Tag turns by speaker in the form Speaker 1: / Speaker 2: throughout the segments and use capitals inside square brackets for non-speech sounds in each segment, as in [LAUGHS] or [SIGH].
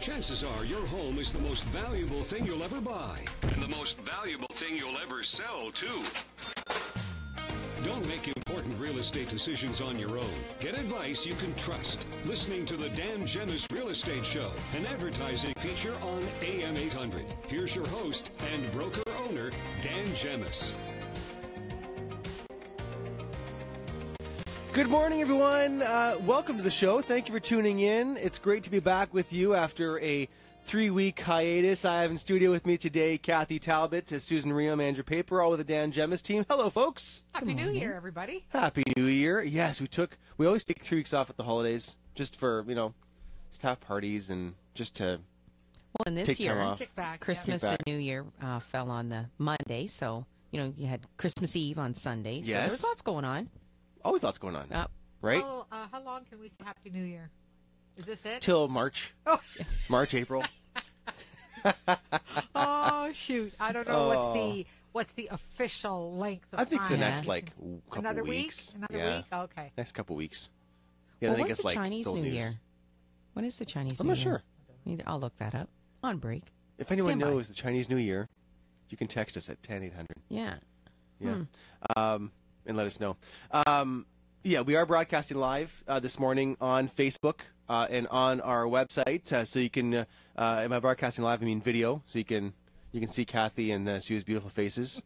Speaker 1: Chances are your home is the most valuable thing you'll ever buy, and the most valuable thing you'll ever sell, too. Don't make important real estate decisions on your own. Get advice you can trust. Listening to the Dan Jemis Real Estate Show, an advertising feature on AM 800. Here's your host and broker owner, Dan Jemis.
Speaker 2: Good morning, everyone. Uh, welcome to the show. Thank you for tuning in. It's great to be back with you after a three week hiatus. I have in studio with me today Kathy Talbot, to Susan Rio, manager paper, all with the Dan Gemmis team. Hello, folks.
Speaker 3: Happy New Year, everybody.
Speaker 2: Happy New Year. Yes, we took, we always take three weeks off at the holidays just for, you know, staff parties and just to.
Speaker 4: Well, and this
Speaker 2: Take time
Speaker 4: year,
Speaker 2: off.
Speaker 3: Kick back.
Speaker 4: Christmas
Speaker 2: Kick back.
Speaker 4: and New Year uh, fell on the Monday, so you know you had Christmas Eve on Sunday. So
Speaker 2: Yes.
Speaker 4: there was lots going on.
Speaker 2: Always lots going on,
Speaker 4: Uh,
Speaker 3: Yeah.
Speaker 2: right?
Speaker 3: How, uh, how long can we say Happy New Year? Is this it?
Speaker 2: Till March.
Speaker 3: Oh.
Speaker 2: March, April.
Speaker 3: oh shoot! I don't know what's
Speaker 2: Oh.
Speaker 3: the what's the official length. Of
Speaker 2: I think the
Speaker 3: time.
Speaker 2: next,
Speaker 4: Yeah.
Speaker 2: like, w- couple
Speaker 3: another
Speaker 2: weeks.
Speaker 3: week. Another
Speaker 2: yeah.
Speaker 3: week. Oh. Okay.
Speaker 2: Next couple weeks. Yeah,
Speaker 4: well,
Speaker 2: then it
Speaker 4: when's
Speaker 2: gets,
Speaker 4: the
Speaker 2: like,
Speaker 4: Chinese
Speaker 2: old
Speaker 4: New
Speaker 2: news.
Speaker 4: Year? When is the Chinese
Speaker 2: I'm
Speaker 4: New
Speaker 2: not
Speaker 4: Year?
Speaker 2: sure.
Speaker 4: Either- I'll look that up on break.
Speaker 2: If anyone
Speaker 4: Stand by.
Speaker 2: knows the Chinese New Year, you can text us at 10 800.
Speaker 4: Yeah.
Speaker 2: Yeah. Um, and let us know. Um, yeah, we are broadcasting live uh, this morning on Facebook uh, and on our website. Uh, so you can, uh, uh, and by broadcasting live, I mean video. So you can you can see Kathy and uh, Sue's beautiful faces.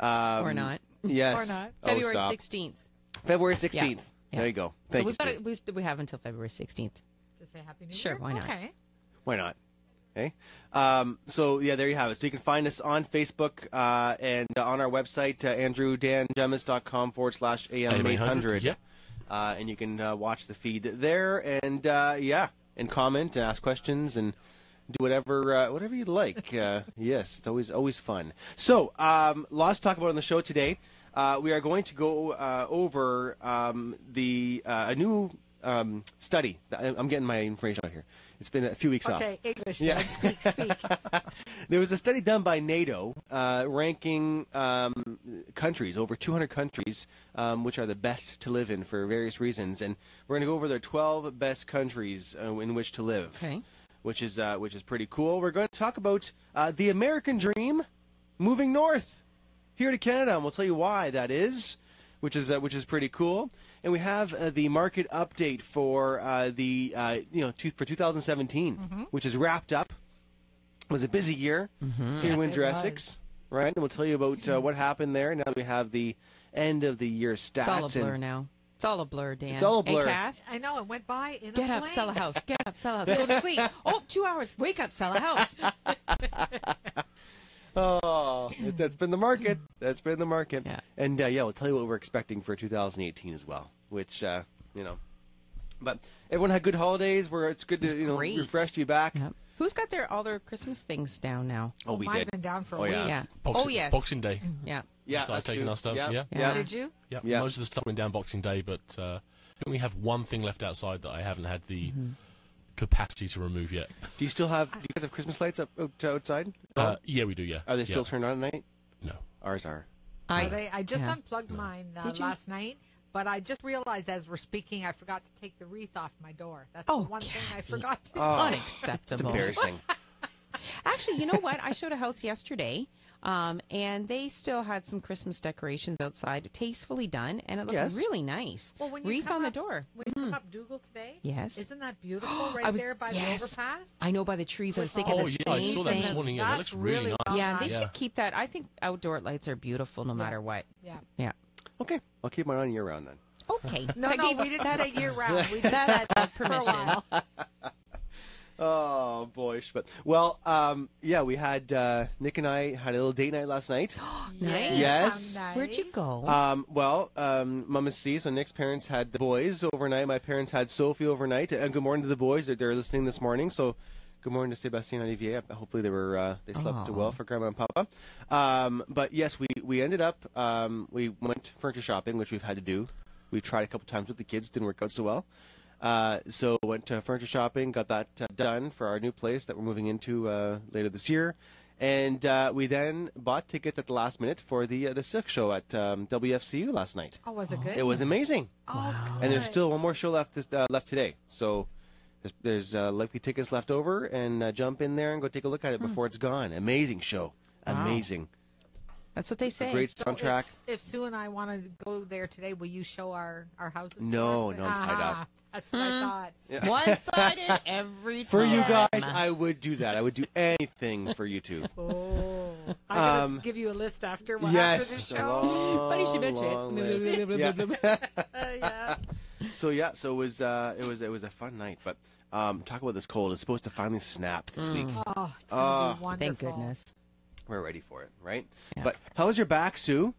Speaker 2: Um,
Speaker 4: [LAUGHS] Or not.
Speaker 2: Yes.
Speaker 3: Or not.
Speaker 2: Oh,
Speaker 4: February
Speaker 2: stop.
Speaker 4: 16th.
Speaker 2: February 16th.
Speaker 4: Yeah.
Speaker 2: There you go. Thank
Speaker 4: so
Speaker 2: you.
Speaker 4: we've got
Speaker 2: Sue.
Speaker 4: it, we, we have until February 16th.
Speaker 3: To say Happy New
Speaker 4: Sure,
Speaker 3: Year.
Speaker 4: why not?
Speaker 3: Okay.
Speaker 2: Why not? Okay. Um, so yeah, there you have it. So you can find us on Facebook uh, and uh, on our website, uh, andrewdanjemis.com forward slash AM eight hundred.
Speaker 5: Yep.
Speaker 2: Uh, and you can uh, watch the feed there, and uh, yeah, and comment and ask questions and do whatever uh, whatever you like. Uh, [LAUGHS] yes, it's always always fun. So um, lots to talk about on the show today. Uh, we are going to go uh, over um, the uh, a new um, study. I- I'm getting my information out here. It's been a few weeks off
Speaker 3: Okay. English.
Speaker 2: Yeah.
Speaker 3: Dan. Speak.
Speaker 2: [LAUGHS]
Speaker 3: Speak.
Speaker 2: there was a study done by NATO uh, ranking um, countries, over 200 countries, um, which are the best to live in for various reasons. And we're going to go over their 12 best countries uh, in which to live,
Speaker 4: Okay.
Speaker 2: which is uh, which is pretty cool. We're going to talk about uh, the American dream, moving north here to Canada, and we'll tell you why that is, which is uh, which is pretty cool. And we have uh, the market update for uh, the uh, you know two, for 2017,
Speaker 4: Mm-hmm.
Speaker 2: which is wrapped up. It was a busy year here in Windsor,
Speaker 3: it was.
Speaker 2: Essex, right? And we'll tell you about uh, what happened there. Now that we have the end of the year stats.
Speaker 4: Mm-hmm. It's all a blur
Speaker 2: and-
Speaker 4: now. It's all a blur, Dan.
Speaker 2: It's all a blur.
Speaker 4: Hey, Kath,
Speaker 3: I know it went by in
Speaker 4: get
Speaker 3: a
Speaker 4: up,
Speaker 3: blink.
Speaker 4: sell a house. Get up, sell a house. Go
Speaker 2: [LAUGHS]
Speaker 4: to sleep. Oh, two hours. Wake up, sell a house.
Speaker 2: Oh, that's been the market. That's been the market.
Speaker 4: Yeah.
Speaker 2: And uh, yeah, we'll tell you what we're expecting for 2018 as well, which uh, you know. But everyone had good holidays. Where it's good to you know
Speaker 4: great.
Speaker 2: refresh to be back.
Speaker 4: Yep. Who's got their all their Christmas things down now?
Speaker 2: Oh, we
Speaker 3: Mine's
Speaker 2: did.
Speaker 3: been down for a
Speaker 2: Oh,
Speaker 3: week.
Speaker 2: yeah.
Speaker 4: Yeah.
Speaker 5: Uh, Boxing,
Speaker 4: oh yes.
Speaker 5: Boxing Day.
Speaker 4: Yeah.
Speaker 2: Yeah,
Speaker 5: Started
Speaker 2: that's
Speaker 5: taking
Speaker 2: true.
Speaker 5: our stuff,
Speaker 2: Yeah,
Speaker 5: yeah.
Speaker 4: Yeah.
Speaker 3: Did you?
Speaker 5: Yep.
Speaker 2: Yeah.
Speaker 5: Most of the stuff went down Boxing Day, but uh, I think we have one thing left outside that I haven't had the
Speaker 2: Mm-hmm.
Speaker 5: capacity to remove yet.
Speaker 2: Do you still have? Do you guys have Christmas lights up out- outside?
Speaker 5: Uh, yeah, we do. Yeah.
Speaker 2: Oh. Are they still
Speaker 5: Yeah.
Speaker 2: turned on at night?
Speaker 5: No.
Speaker 2: Ours are.
Speaker 4: I,
Speaker 3: Are they, I just
Speaker 4: yeah.
Speaker 3: unplugged mine uh,
Speaker 4: Did you?
Speaker 3: last night, but I just realized as we're speaking, I forgot to take the wreath off my door. That's
Speaker 4: Oh,
Speaker 3: the one thing I
Speaker 4: Kathy.
Speaker 3: forgot to do.
Speaker 2: Oh,
Speaker 3: Oh.
Speaker 2: It's
Speaker 4: unacceptable.
Speaker 5: [LAUGHS]
Speaker 2: embarrassing.
Speaker 4: Actually, you know what? I showed a house yesterday, um, and they still had some Christmas decorations outside, tastefully done, and it looked
Speaker 2: Yes.
Speaker 4: really nice.
Speaker 3: Well, when you
Speaker 4: Wreath
Speaker 3: come
Speaker 4: on the
Speaker 3: up-
Speaker 4: door. Mm.
Speaker 3: When you come up Dougal today,
Speaker 4: Yes.
Speaker 3: isn't that beautiful [GASPS] right
Speaker 4: [GASPS] I was-
Speaker 3: there by
Speaker 4: yes.
Speaker 3: the overpass?
Speaker 4: I know by the trees. Oh, I
Speaker 3: With
Speaker 4: was thinking
Speaker 3: all
Speaker 4: the
Speaker 5: yeah,
Speaker 3: the
Speaker 5: I
Speaker 4: same
Speaker 5: saw that
Speaker 4: thing.
Speaker 5: this morning. Yeah, that
Speaker 3: That's
Speaker 5: looks really
Speaker 3: really
Speaker 5: nice.
Speaker 3: well
Speaker 4: Yeah, they
Speaker 5: Yeah.
Speaker 4: should keep that. I think outdoor lights are beautiful no matter what.
Speaker 3: Yeah.
Speaker 4: Yeah.
Speaker 2: okay, I'll keep mine on year round then.
Speaker 4: Okay.
Speaker 3: No,
Speaker 4: I
Speaker 3: no,
Speaker 4: gave-
Speaker 3: we didn't say
Speaker 4: that's-
Speaker 3: year
Speaker 4: [LAUGHS]
Speaker 3: round. We just said
Speaker 4: that's
Speaker 3: for a while.
Speaker 2: Oh boy, but well, um, yeah, we had uh, Nick and I had a little date night last
Speaker 3: [GASPS]
Speaker 2: night.
Speaker 4: Nice.
Speaker 2: Yes.
Speaker 3: How
Speaker 4: Where'd you
Speaker 3: nice.
Speaker 4: go?
Speaker 2: Um, well, um, Mama C, so Nick's parents had the boys overnight. My parents had Sophie overnight. And good morning to the boys. They're, they're listening this morning. So good morning to Sebastian and Olivier. Hopefully they were uh, they slept
Speaker 4: Aw.
Speaker 2: well for Grandma and Papa. Um, but yes, we, we ended up, um, we went furniture shopping, which we've had to do. We tried a couple times with the kids, didn't work out so well. Uh, so went to furniture shopping, got that uh, done for our new place that we're moving into uh, later this year, and uh, we then bought tickets at the last minute for the uh, the silk show at um, WFCU last night.
Speaker 3: Oh, was it good?
Speaker 2: It was amazing,
Speaker 3: Oh,
Speaker 2: and there's
Speaker 3: good.
Speaker 2: still one more show left this uh, left today. So There's, there's uh, likely tickets left over, and uh, jump in there and go take a look at it
Speaker 3: Hmm.
Speaker 2: before it's gone. Amazing show. Amazing.
Speaker 4: That's what they say.
Speaker 2: Great
Speaker 3: So if-
Speaker 2: soundtrack.
Speaker 3: If, Sue and I want to go there today, will you show our our houses? to
Speaker 2: No,
Speaker 3: us?
Speaker 2: no, I'm tied up.
Speaker 3: Ah, That's what
Speaker 4: Hmm.
Speaker 3: I thought.
Speaker 6: One
Speaker 2: [LAUGHS]
Speaker 6: sided every time.
Speaker 2: For you guys, I would do that. I would do anything for you two.
Speaker 3: Oh, I gotta give you a list after what
Speaker 2: yes.
Speaker 3: after this
Speaker 2: A
Speaker 3: show.
Speaker 2: long,
Speaker 4: Funny she mentioned it.
Speaker 2: long list.
Speaker 4: [LAUGHS]
Speaker 2: Yeah.
Speaker 3: yeah.
Speaker 2: So yeah, [LAUGHS] so it was uh, it was it was a fun night, but um, talk about this cold. It's supposed to finally snap this
Speaker 4: Mm.
Speaker 2: week.
Speaker 3: Oh, it's
Speaker 4: Ah.
Speaker 3: gonna be wonderful.
Speaker 4: Thank goodness.
Speaker 2: We're ready for it, right? But how was your back, Sue?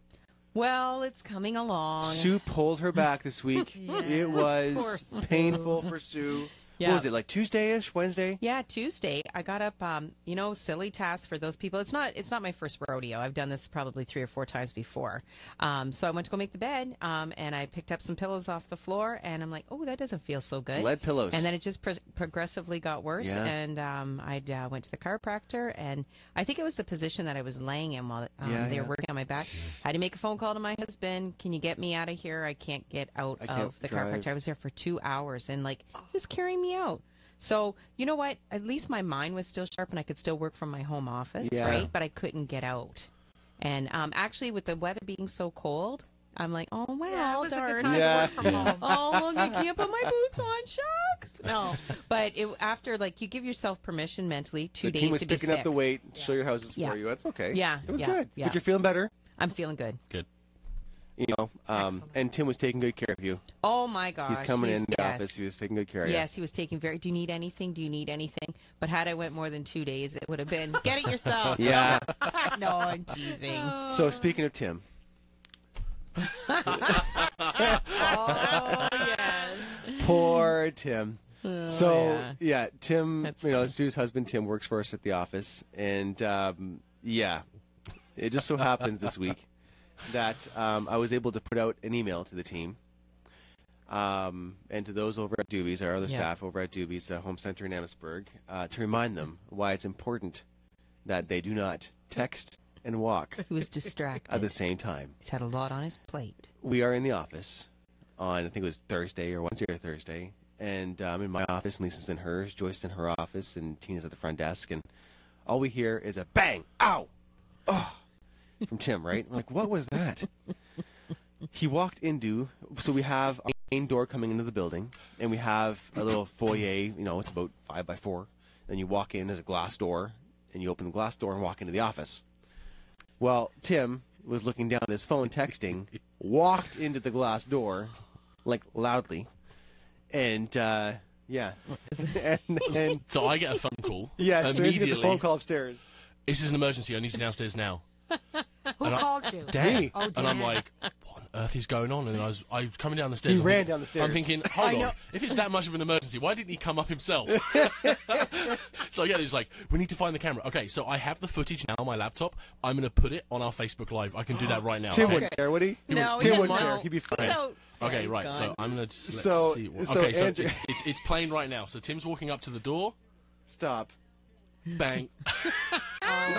Speaker 4: Well, it's coming along.
Speaker 2: Sue pulled her back this
Speaker 4: [LAUGHS]
Speaker 2: week. it
Speaker 3: poor
Speaker 2: was
Speaker 3: Sue.
Speaker 2: painful for Sue.
Speaker 4: Yeah.
Speaker 2: What was it like Tuesday ish, Wednesday?
Speaker 4: Yeah, Tuesday I got up. Um, you know, silly task for those people. It's not. It's not my first rodeo. I've done this probably three or four times before. Um, so I went to go make the bed, um, and I picked up some pillows off the floor, and I'm like, oh, that doesn't feel so good.
Speaker 2: Lead pillows.
Speaker 4: And then it just pro- progressively got worse,
Speaker 2: Yeah.
Speaker 4: and um, I uh, went to the chiropractor, and I think it was the position that I was laying in while um,
Speaker 2: Yeah,
Speaker 4: they were
Speaker 2: yeah.
Speaker 4: working on my back. had to make a phone call to my husband. Can you get me out of here? I can't get out
Speaker 2: can't
Speaker 4: of the
Speaker 2: drive.
Speaker 4: chiropractor. I was there for two hours and like
Speaker 3: Oh.
Speaker 4: just carrying me out. So you know what? At least my mind was still sharp and I could still work from my home office,
Speaker 2: Yeah.
Speaker 4: right? But I couldn't get out. And um, actually, with the weather being so cold, I'm like, oh wow,
Speaker 3: Yeah, it was a
Speaker 4: darn.
Speaker 3: good time
Speaker 2: Yeah.
Speaker 3: to work from home.
Speaker 4: [LAUGHS] oh,
Speaker 2: [LAUGHS]
Speaker 4: well, I can't put my boots on. Shucks. No, but it, after like you give yourself permission mentally two
Speaker 2: the
Speaker 4: days
Speaker 2: team was
Speaker 4: to be
Speaker 2: picking
Speaker 4: sick.
Speaker 2: up the weight. Show your houses
Speaker 4: Yeah.
Speaker 2: for you. That's okay.
Speaker 4: Yeah,
Speaker 2: it was
Speaker 4: yeah,
Speaker 2: good.
Speaker 4: yeah.
Speaker 2: But you're feeling better,
Speaker 4: I'm feeling good.
Speaker 5: Good.
Speaker 2: you know. Um, and Tim was taking good care of you.
Speaker 4: Oh my gosh,
Speaker 2: He's coming in the
Speaker 4: yes.
Speaker 2: office. He was taking good care of you.
Speaker 4: Yes, he was taking very. Do you need anything? Do you need anything? But had I went more than two days, it would have been get it
Speaker 2: [LAUGHS]
Speaker 4: yourself.
Speaker 2: Yeah.
Speaker 4: [LAUGHS] no, I'm teasing.
Speaker 2: so speaking of Tim,
Speaker 4: Oh yes. Oh,
Speaker 2: Poor Tim. so yeah,
Speaker 4: yeah.
Speaker 2: Tim,
Speaker 4: That's
Speaker 2: you know, Sue's husband Tim works for us at the office, and um, yeah, it just so happens this week that um, I was able to put out an email to the team, um, and to those over at Doobies, our other
Speaker 4: Yeah.
Speaker 2: staff over at Doobies uh, Home Center in Amherstburg, uh, to remind them why it's important that they do not text and walk
Speaker 4: He was distracted.
Speaker 2: at the same time
Speaker 4: He's had a lot on his plate.
Speaker 2: we are in the office on I think it was Thursday or Wednesday or Thursday, and I'm in my office, and Lisa's in hers, Joyce's in her office, and Tina's at the front desk, and all we hear is a bang, ow, oh, from Tim. Right? I'm like, what was that? He walked into. So we have a main door coming into the building, and we have a little foyer. You know, it's about five by four. Then you walk in. There's a glass door, and you open the glass door and walk into the office. Well, Tim was looking down at his phone texting, walked into the glass door, like loudly, and uh,
Speaker 4: [LAUGHS]
Speaker 2: yeah, and, and
Speaker 5: So I get a phone call.
Speaker 2: [LAUGHS] yeah, so he
Speaker 5: immediately.
Speaker 2: gets a phone call upstairs.
Speaker 5: This is an emergency. I need you downstairs now.
Speaker 3: Who
Speaker 5: I-
Speaker 3: called you?
Speaker 5: Dad.
Speaker 2: Me.
Speaker 3: Oh,
Speaker 5: and I'm
Speaker 3: Dan.
Speaker 5: like, what on earth is going on? And I was, I was coming down the stairs.
Speaker 2: He
Speaker 5: I'm
Speaker 2: ran
Speaker 5: thinking-
Speaker 2: down the stairs.
Speaker 5: I'm thinking, hold on. If it's that much of an emergency, why didn't he come up
Speaker 2: [LAUGHS]
Speaker 5: himself? [LAUGHS] so yeah, he's like, we need to find the camera. Okay, so I have the footage now on my laptop. I'm going to put it on our Facebook Live. I can do that right now.
Speaker 2: Tim
Speaker 5: okay.
Speaker 2: wouldn't care, would he?
Speaker 4: No,
Speaker 2: Tim
Speaker 4: he
Speaker 2: wouldn't
Speaker 4: won't.
Speaker 2: care. He'd be fine.
Speaker 4: So
Speaker 5: Okay,
Speaker 4: he's
Speaker 5: right.
Speaker 4: gone.
Speaker 5: So I'm gonna just let's
Speaker 2: So-
Speaker 5: see. What,
Speaker 2: so
Speaker 5: okay, so
Speaker 2: Andrew-
Speaker 5: it- it's it's playing right now. So Tim's walking up to the
Speaker 2: [LAUGHS]
Speaker 5: door.
Speaker 2: Stop.
Speaker 5: Bang.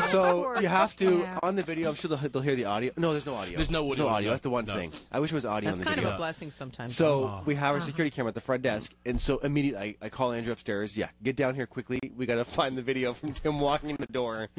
Speaker 2: So
Speaker 3: course.
Speaker 2: you have to
Speaker 3: Yeah.
Speaker 2: on the video. I'm sure they'll, they'll hear the audio. No, there's no audio.
Speaker 5: There's no audio, no.
Speaker 2: That's the one
Speaker 5: No.
Speaker 2: thing. I wish it was audio.
Speaker 4: that's
Speaker 2: on the
Speaker 4: kind
Speaker 2: video.
Speaker 4: of a Oh. Uh-huh. blessing sometimes.
Speaker 2: So we have our security camera at the front desk, and so immediately I, I call Andrew upstairs. Yeah, get down here quickly. We got to find the video from Tim walking in the door.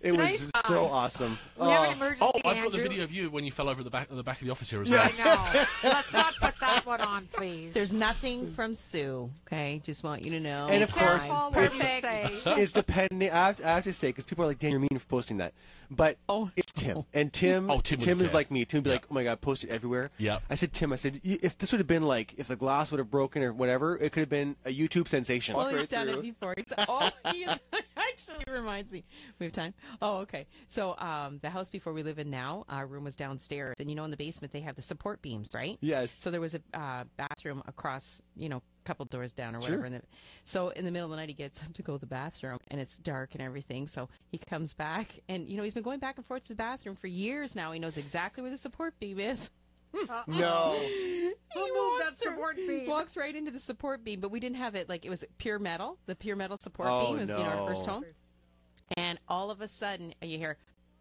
Speaker 2: It was so awesome.
Speaker 3: we have an
Speaker 2: Oh,
Speaker 3: emergency,
Speaker 5: Oh, I've got the
Speaker 3: Andrew.
Speaker 5: video of you when you fell over the back the back of the office here as
Speaker 3: [LAUGHS] I
Speaker 2: [LAUGHS]
Speaker 5: well.
Speaker 3: know. Let's not put that one [LAUGHS] on, please.
Speaker 4: there's nothing from Sue. Okay, just want you to know.
Speaker 2: And of course,
Speaker 4: Fine.
Speaker 3: Careful what you say.
Speaker 2: it's the pen. I have to, I have to say because people are like, "Dan, you're mean for posting that," but
Speaker 4: Oh.
Speaker 2: it's Tim and Tim.
Speaker 5: Oh, Tim
Speaker 2: Tim
Speaker 5: wouldn't
Speaker 2: is
Speaker 5: care.
Speaker 2: like me. Tim would be like, "Oh my god, post it everywhere."
Speaker 5: Yeah.
Speaker 2: I said, Tim. I said, "You- if this would have been like if the glass would have broken or whatever, it could have been a YouTube sensation.
Speaker 4: Well, Oh, he's done it before. He's, oh, he is, [LAUGHS] actually reminds me. We have time. Oh, okay. So, um, the house before we live in now, our room was downstairs, and you know, in the basement they have the support beams, right?
Speaker 2: Yes.
Speaker 4: So there was a uh, bathroom across, you know, a couple doors down or whatever. And the, so in the middle of the night, he gets up to go to the bathroom, and it's dark and everything. So he comes back, and you know, he's been going back and forth to the bathroom for years now. He knows exactly where the support beam is. [LAUGHS]
Speaker 2: No.
Speaker 3: Who
Speaker 4: He
Speaker 3: moved
Speaker 4: walks
Speaker 3: that support
Speaker 4: through-
Speaker 3: beam?
Speaker 4: Walks right into the support beam, but we didn't have it like it was pure metal. The pure metal support
Speaker 2: Oh,
Speaker 4: beam was you know,
Speaker 2: no.
Speaker 4: our first home, and all of a sudden you hear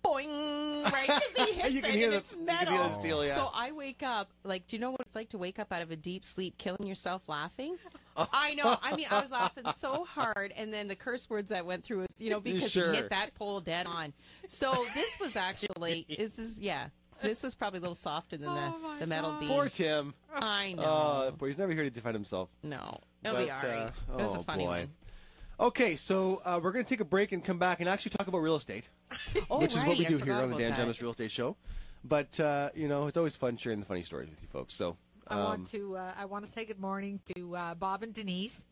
Speaker 4: boing
Speaker 3: [LAUGHS]
Speaker 4: right because he hits
Speaker 2: You can
Speaker 4: it
Speaker 2: hear
Speaker 4: and
Speaker 2: the-
Speaker 4: it's
Speaker 2: you can hear
Speaker 4: metal. uh,
Speaker 2: the steel, yeah.
Speaker 4: So I wake up like, do you know what it's like to wake up out of a deep sleep, killing yourself laughing?
Speaker 2: Oh.
Speaker 4: I know. I mean, I was laughing so hard, and then the curse words that went through, you know, because
Speaker 2: Sure.
Speaker 4: he hit that pole dead on. So this was actually this is yeah. This was probably a little softer than
Speaker 3: Oh,
Speaker 4: the,
Speaker 3: my
Speaker 4: the metal bead.
Speaker 2: Poor Tim.
Speaker 4: I know.
Speaker 2: Oh, boy, he's never here to defend himself.
Speaker 4: no, it'll be all
Speaker 2: But,
Speaker 4: right.
Speaker 2: uh,
Speaker 4: it was a
Speaker 2: oh,
Speaker 4: funny
Speaker 2: boy.
Speaker 4: one.
Speaker 2: Okay, so uh, we're going to take a break and come back and actually talk about real estate,
Speaker 4: Oh,
Speaker 2: which is
Speaker 4: right,
Speaker 2: what we
Speaker 4: I
Speaker 2: do
Speaker 4: forgot
Speaker 2: here on the
Speaker 4: about
Speaker 2: Dan
Speaker 4: that.
Speaker 2: Jonas Real Estate Show. But uh, you know, it's always fun sharing the funny stories with you folks. So
Speaker 3: I
Speaker 2: um,
Speaker 3: want to uh, I want to say good morning to uh, Bob and Denise,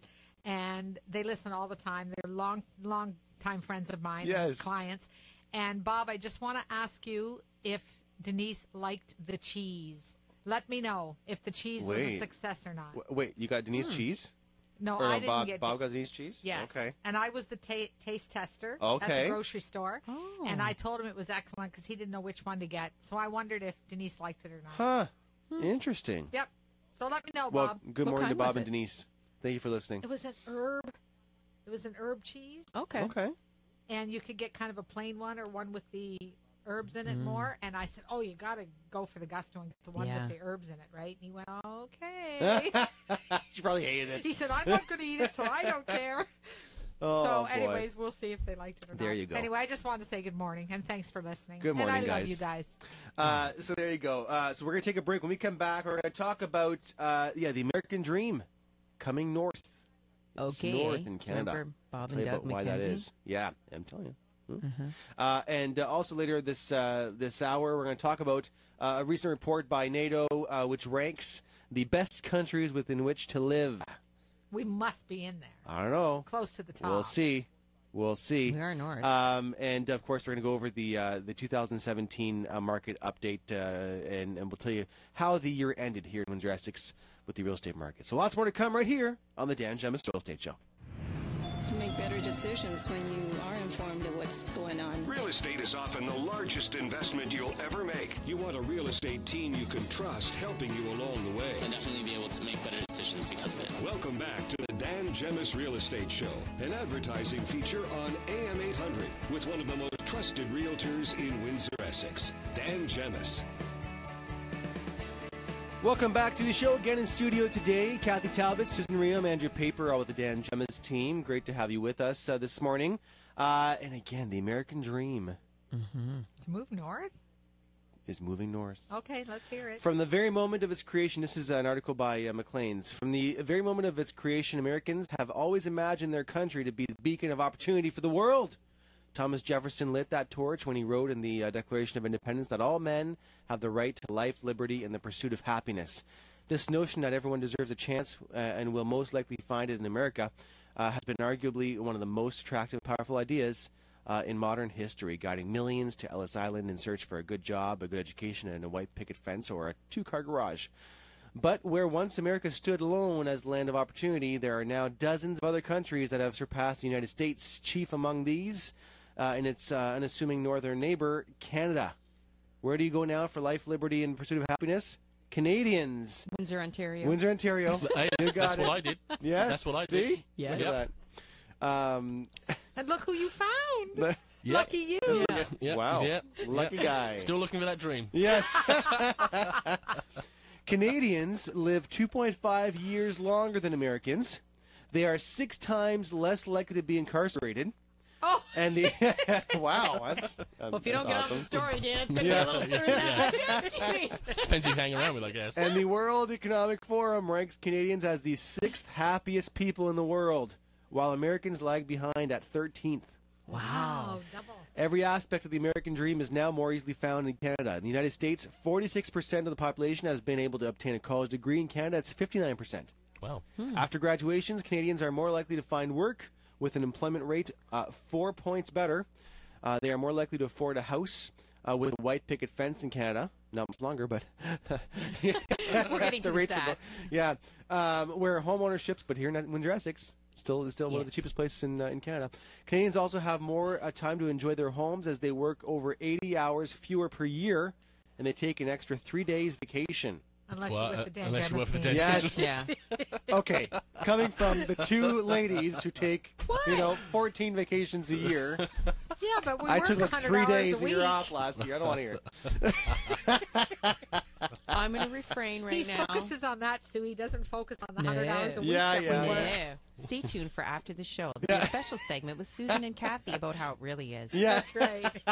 Speaker 3: and they listen all the time. They're long long time friends of mine, and
Speaker 2: Yes.
Speaker 3: clients. And Bob, I just want to ask you if Denise liked the cheese. Let me know if the cheese was a
Speaker 2: Wait.
Speaker 3: success or not.
Speaker 2: w- wait, you got
Speaker 4: Hmm.
Speaker 2: Denise Cheese?
Speaker 3: no,
Speaker 2: or
Speaker 3: I
Speaker 2: no,
Speaker 3: didn't
Speaker 2: Bob,
Speaker 3: get.
Speaker 2: Bob got Denise Cheese?
Speaker 3: Yes.
Speaker 2: Okay.
Speaker 3: And I was the ta- taste tester at
Speaker 2: Okay.
Speaker 3: the grocery store, and I told him it was excellent because he didn't know which one to get. So I wondered if Denise liked it or not.
Speaker 2: Huh. Interesting.
Speaker 3: Yep. So let me know,
Speaker 2: Well,
Speaker 3: Bob.
Speaker 2: good
Speaker 4: Hmm. What
Speaker 2: morning to
Speaker 4: kind was
Speaker 2: Bob and
Speaker 4: it?
Speaker 2: Denise. Thank you for listening.
Speaker 3: It was an herb. It was an herb cheese,
Speaker 4: Okay.
Speaker 2: Okay.
Speaker 3: and you could get kind of a plain one or one with the herbs in it more. And I said, "Oh, you got to go for the gusto and get the one
Speaker 4: Yeah.
Speaker 3: with the herbs in it, right?" And he went,
Speaker 2: [LAUGHS]
Speaker 3: "Okay."
Speaker 2: She probably hated it.
Speaker 3: he said, "I'm not going to eat it, so I don't care."
Speaker 2: [LAUGHS] Oh,
Speaker 3: so,
Speaker 2: boy.
Speaker 3: anyways, we'll see if they liked it or not.
Speaker 2: There you go.
Speaker 3: Anyway, I just wanted to say good morning and thanks for listening.
Speaker 2: Good
Speaker 3: and I
Speaker 2: morning,
Speaker 3: love
Speaker 2: guys.
Speaker 3: you guys.
Speaker 2: Uh, so there you go. Uh, so we're gonna take a break. When we come back, we're gonna talk about uh, yeah, the American dream coming north. It's
Speaker 4: Okay.
Speaker 2: north in Canada.
Speaker 4: Remember Bob
Speaker 2: Tell
Speaker 4: and
Speaker 2: you
Speaker 4: Doug
Speaker 2: about why that
Speaker 4: McKenzie? Uh-huh.
Speaker 2: is. Yeah, I'm telling you. Hmm. Uh, and uh, also later this uh, this hour, we're going to talk about uh, a recent report by NATO, uh, which ranks the best countries within which to live.
Speaker 3: We must be in there,
Speaker 2: I don't know.
Speaker 3: close to the top.
Speaker 2: We'll see. We'll see.
Speaker 4: Ah. We are north.
Speaker 2: Um, and of course, we're going to go over the uh, the 2017 uh, market update, uh, and and we'll tell you how the year ended here in Windsor Essex with the real estate market. So lots more to come right here on the Dan Jemis Real Estate Show.
Speaker 7: to make better decisions when you are informed of what's going on.
Speaker 1: Real estate is often the largest investment you'll ever make. You want a real estate team you can trust helping you along the way.
Speaker 8: and definitely be able to make better decisions because of it.
Speaker 1: Welcome back to the Dan Jemis Real Estate Show, an advertising feature on AM 800 with one of the most trusted realtors in Windsor, Essex, Dan Jemis.
Speaker 2: Welcome back to the show again in studio today. Kathy Talbot, Susan Riam, Andrew Paper, all with the Dan Jemis team. Great to have you with us uh, this morning. Uh, and again, the American dream
Speaker 3: To move north?
Speaker 2: is moving north.
Speaker 3: Okay, let's hear it.
Speaker 2: From the very moment of its creation, this is an article by uh, Maclean's. From the very moment of its creation, Americans have always imagined their country to be the beacon of opportunity for the world. Thomas Jefferson lit that torch when he wrote in the uh, Declaration of Independence that all men have the right to life, liberty, and the pursuit of happiness. This notion that everyone deserves a chance uh, and will most likely find it in America uh, has been arguably one of the most attractive, powerful ideas uh, in modern history, guiding millions to Ellis Island in search for a good job, a good education, and a white picket fence or a two car garage. But where once America stood alone as land of opportunity, there are now dozens of other countries that have surpassed the United States, chief among these uh, in its uh, unassuming northern neighbor, Canada. Where do you go now for life, liberty, and pursuit of happiness? Canadians.
Speaker 4: Windsor, Ontario.
Speaker 2: Windsor, Ontario.
Speaker 5: Hey,
Speaker 2: You
Speaker 5: that's,
Speaker 2: got
Speaker 5: that's
Speaker 2: it.
Speaker 5: what I did.
Speaker 2: Yes.
Speaker 5: That's what I did.
Speaker 2: See?
Speaker 4: Yes.
Speaker 2: Look at that. Um,
Speaker 3: And look who you found.
Speaker 5: Yeah.
Speaker 3: Lucky you.
Speaker 5: Yeah.
Speaker 2: Wow.
Speaker 5: Yeah.
Speaker 2: Lucky
Speaker 5: Yeah.
Speaker 2: guy.
Speaker 5: Still looking for that dream.
Speaker 2: Yes. [LAUGHS] Canadians live 2.5 years longer than Americans. They are six times less likely to be incarcerated.
Speaker 3: Oh.
Speaker 2: And the [LAUGHS] wow, that's well,
Speaker 4: if you don't get
Speaker 2: awesome.
Speaker 4: on the story, Dan, it's gonna
Speaker 2: [LAUGHS] Yeah.
Speaker 4: [LAUGHS] be a little sooner than
Speaker 3: [LAUGHS]
Speaker 4: that.
Speaker 5: Depends who you hang around with, I guess.
Speaker 2: And the World Economic Forum ranks Canadians as the sixth happiest people in the world, while Americans lag behind at 13th.
Speaker 3: Wow. Oh, double.
Speaker 2: Every aspect of the American dream is now more easily found in Canada. In the United States, 46% of the population has been able to obtain a college degree. In Canada, it's 59%.
Speaker 5: Wow.
Speaker 4: Hmm.
Speaker 2: After graduations, Canadians are more likely to find work with an employment rate uh, four points better. Uh, they are more likely to afford a house uh, with a white picket fence in Canada. Not much longer,
Speaker 4: [LAUGHS]
Speaker 2: but
Speaker 4: We're
Speaker 2: [LAUGHS]
Speaker 4: getting to the,
Speaker 2: for
Speaker 4: stats.
Speaker 2: bo- yeah, um, where home ownerships, but here in Windsor Essex, still is still one of the
Speaker 4: Yes.
Speaker 2: cheapest places in uh, in Canada. Canadians also have more uh, time to enjoy their homes as they work over 80 hours fewer per year, and they take an extra three days vacation.
Speaker 3: Unless
Speaker 5: Well,
Speaker 3: you're
Speaker 5: uh,
Speaker 3: with the Dan
Speaker 5: unless you're with the
Speaker 3: Jemis
Speaker 5: Dan
Speaker 3: team.
Speaker 2: Yes.
Speaker 4: Yeah.
Speaker 2: Okay, coming from the
Speaker 3: [LAUGHS]
Speaker 2: two ladies who take you know 14 vacations a
Speaker 3: [LAUGHS]
Speaker 2: year.
Speaker 3: Yeah, but we
Speaker 2: I
Speaker 3: work
Speaker 2: took like
Speaker 3: 100
Speaker 2: three
Speaker 3: hours
Speaker 2: days
Speaker 3: [LAUGHS] a week.
Speaker 2: year off last year. I don't want to hear it.
Speaker 4: I'm going to refrain right
Speaker 3: he
Speaker 4: now.
Speaker 3: focuses on that, Sue. He doesn't focus on the 100
Speaker 4: No.
Speaker 3: hours a week
Speaker 2: Yeah,
Speaker 3: that
Speaker 2: yeah,
Speaker 3: we work.
Speaker 4: Yeah. Stay tuned for after the show. There'll be a special segment with Susan and Kathy about how it really is.
Speaker 2: Yeah, [LAUGHS]
Speaker 3: That's right.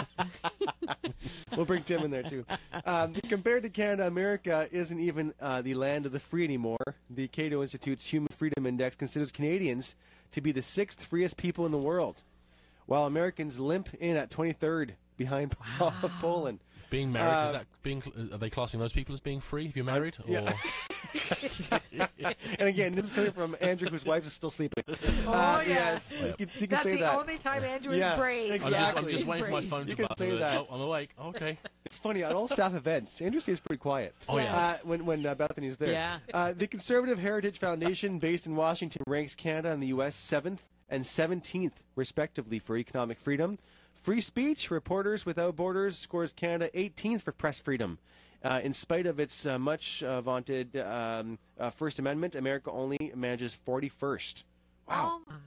Speaker 2: we'll bring Tim in there too. Um, compared to Canada, America isn't even uh, the land of the free anymore. The Cato Institute's Human Freedom Index considers Canadians to be the sixth freest people in the world, while Americans limp in at 23rd behind [LAUGHS] Poland.
Speaker 5: Being married is that being? cl- Are they classing those people as being free if you're married? Or
Speaker 2: Uh, yeah. And again, this is coming from Andrew, whose wife is still sleeping. Oh, uh,
Speaker 3: yeah.
Speaker 2: yes. You can, you can
Speaker 3: That's
Speaker 2: say
Speaker 3: the
Speaker 2: that.
Speaker 3: only time Andrew
Speaker 2: Yeah,
Speaker 3: is brave.
Speaker 5: I'm just, I'm
Speaker 2: Exactly.
Speaker 5: just
Speaker 3: He's
Speaker 5: waiting for my
Speaker 3: brave.
Speaker 5: phone
Speaker 2: You
Speaker 5: to
Speaker 2: can
Speaker 5: buzz.
Speaker 2: say that. Um,
Speaker 5: Oh,
Speaker 2: [LAUGHS]
Speaker 5: I'm awake. Okay.
Speaker 2: It's funny at all staff events. Andrew stays pretty quiet.
Speaker 5: Oh, yeah.
Speaker 2: Uh, when when uh, Bethany's there.
Speaker 4: Yeah.
Speaker 2: Uh, the Conservative Heritage Foundation, based in Washington, ranks Canada and the U.S. seventh and seventeenth, respectively, for economic freedom. Free speech, Reporters Without Borders scores Canada 18th for press freedom. Uh, in spite of its uh, much uh, vaunted um, uh, First Amendment, America only manages 41st.
Speaker 3: Oh my god.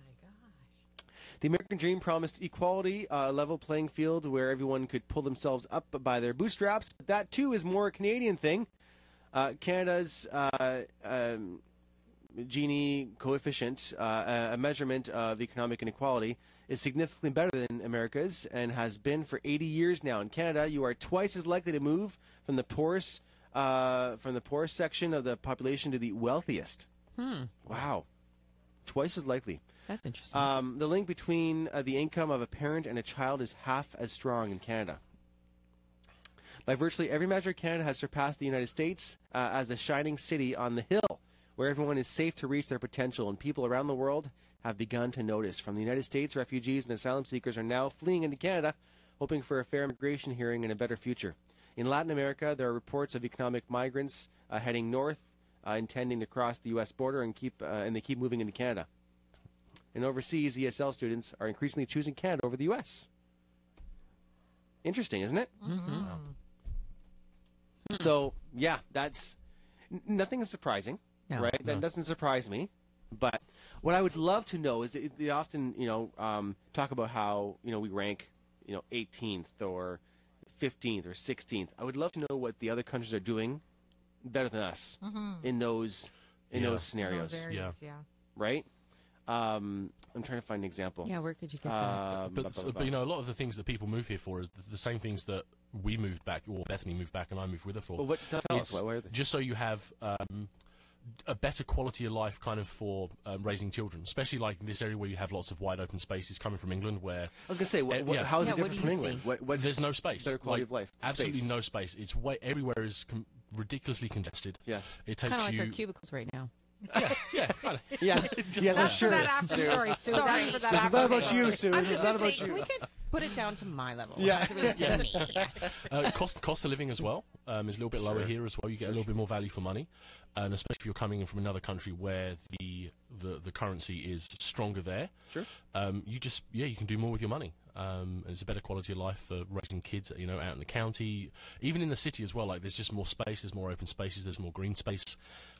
Speaker 2: The American Dream promised equality, uh, a level playing field where everyone could pull themselves up by their bootstraps. But that too is more a Canadian thing. Uh, Canada's uh, um, Gini coefficient, uh, a- a measurement of economic inequality, is significantly better than America's and has been for 80 years now. In Canada, you are twice as likely to move from the poorest uh, from the poorest section of the population to the wealthiest. Wow, twice as likely.
Speaker 4: That's interesting.
Speaker 2: Um, the link between uh, the income of a parent and a child is half as strong in Canada. By virtually every measure, Canada has surpassed the United States uh, as the shining city on the hill, where everyone is safe to reach their potential, and people around the world have begun to notice. From the United States, refugees and asylum seekers are now fleeing into Canada, hoping for a fair immigration hearing and a better future. In Latin America, there are reports of economic migrants uh, heading north, uh, intending to cross the U.S. border, and keep uh, and they keep moving into Canada. And overseas, ESL students are increasingly choosing Canada over the U.S. Interesting, isn't it?
Speaker 4: Mm-hmm.
Speaker 2: Wow. So, yeah, that's n- nothing is surprising,
Speaker 4: No.
Speaker 2: right? That doesn't surprise me. But what I would love to know is that they often, you know, um, talk about how you know we rank, you know, 18th or 15th or 16th. I would love to know what the other countries are doing better than us
Speaker 4: Mm-hmm.
Speaker 2: in those in
Speaker 5: Yeah.
Speaker 2: those
Speaker 4: Oh,
Speaker 2: scenarios,
Speaker 3: There it
Speaker 5: Yeah.
Speaker 3: is, yeah.
Speaker 2: right? Um, I'm trying to find an example.
Speaker 4: yeah, where could you get that?
Speaker 2: Um,
Speaker 5: But,
Speaker 2: blah, blah,
Speaker 5: but,
Speaker 2: blah.
Speaker 5: you know, a lot of the things that people move here for is the, the same things that we moved back, or Bethany moved back, and I moved with her for.
Speaker 2: Well, what- tell us,
Speaker 5: It's
Speaker 2: what- what are they?
Speaker 5: Just so you have um, a better quality of life, kind of for um, raising children, especially like in this area where you have lots of wide open spaces. Coming from England, where
Speaker 2: I was going to say, what,
Speaker 5: Uh,
Speaker 2: what,
Speaker 5: yeah.
Speaker 2: how is
Speaker 4: Yeah,
Speaker 2: it
Speaker 4: what
Speaker 2: different
Speaker 4: do
Speaker 2: from
Speaker 4: you
Speaker 2: England?
Speaker 4: see?
Speaker 2: What, what's
Speaker 5: there's no space.
Speaker 2: Better quality
Speaker 5: Like,
Speaker 2: of life.
Speaker 5: Absolutely
Speaker 2: Space.
Speaker 4: [LAUGHS]
Speaker 5: no space. It's way everywhere is com- ridiculously congested.
Speaker 2: Yes.
Speaker 5: It takes
Speaker 4: Kind of like
Speaker 5: you.
Speaker 4: our cubicles right now.
Speaker 5: Yeah, yeah, kinda. [LAUGHS]
Speaker 2: Yeah, yes, I'm
Speaker 3: That's
Speaker 2: Oh, sure.
Speaker 3: for
Speaker 4: [LAUGHS]
Speaker 3: that after
Speaker 2: Sue.
Speaker 3: story. Sue.
Speaker 4: Sorry.
Speaker 3: That's for that
Speaker 2: This is
Speaker 3: after
Speaker 2: not about
Speaker 3: story.
Speaker 2: you, Sue.
Speaker 4: I'm
Speaker 2: This is
Speaker 4: just
Speaker 2: not
Speaker 4: gonna
Speaker 2: about
Speaker 4: say,
Speaker 2: you.
Speaker 4: we could put it down to my level.
Speaker 2: Yeah.
Speaker 4: That's really to me.
Speaker 5: [LAUGHS] Uh, cost cost of living as well um, is a little bit lower here as well. You get a little bit more value for money, and especially if you're coming in from another country where the the, the currency is stronger there. Sure. Um, you just yeah, you can do more with your money. Um, and it's a better quality of life for raising kids, you know, out in the county, even in the city as well. Like there's just more space, there's more open spaces, there's more green space.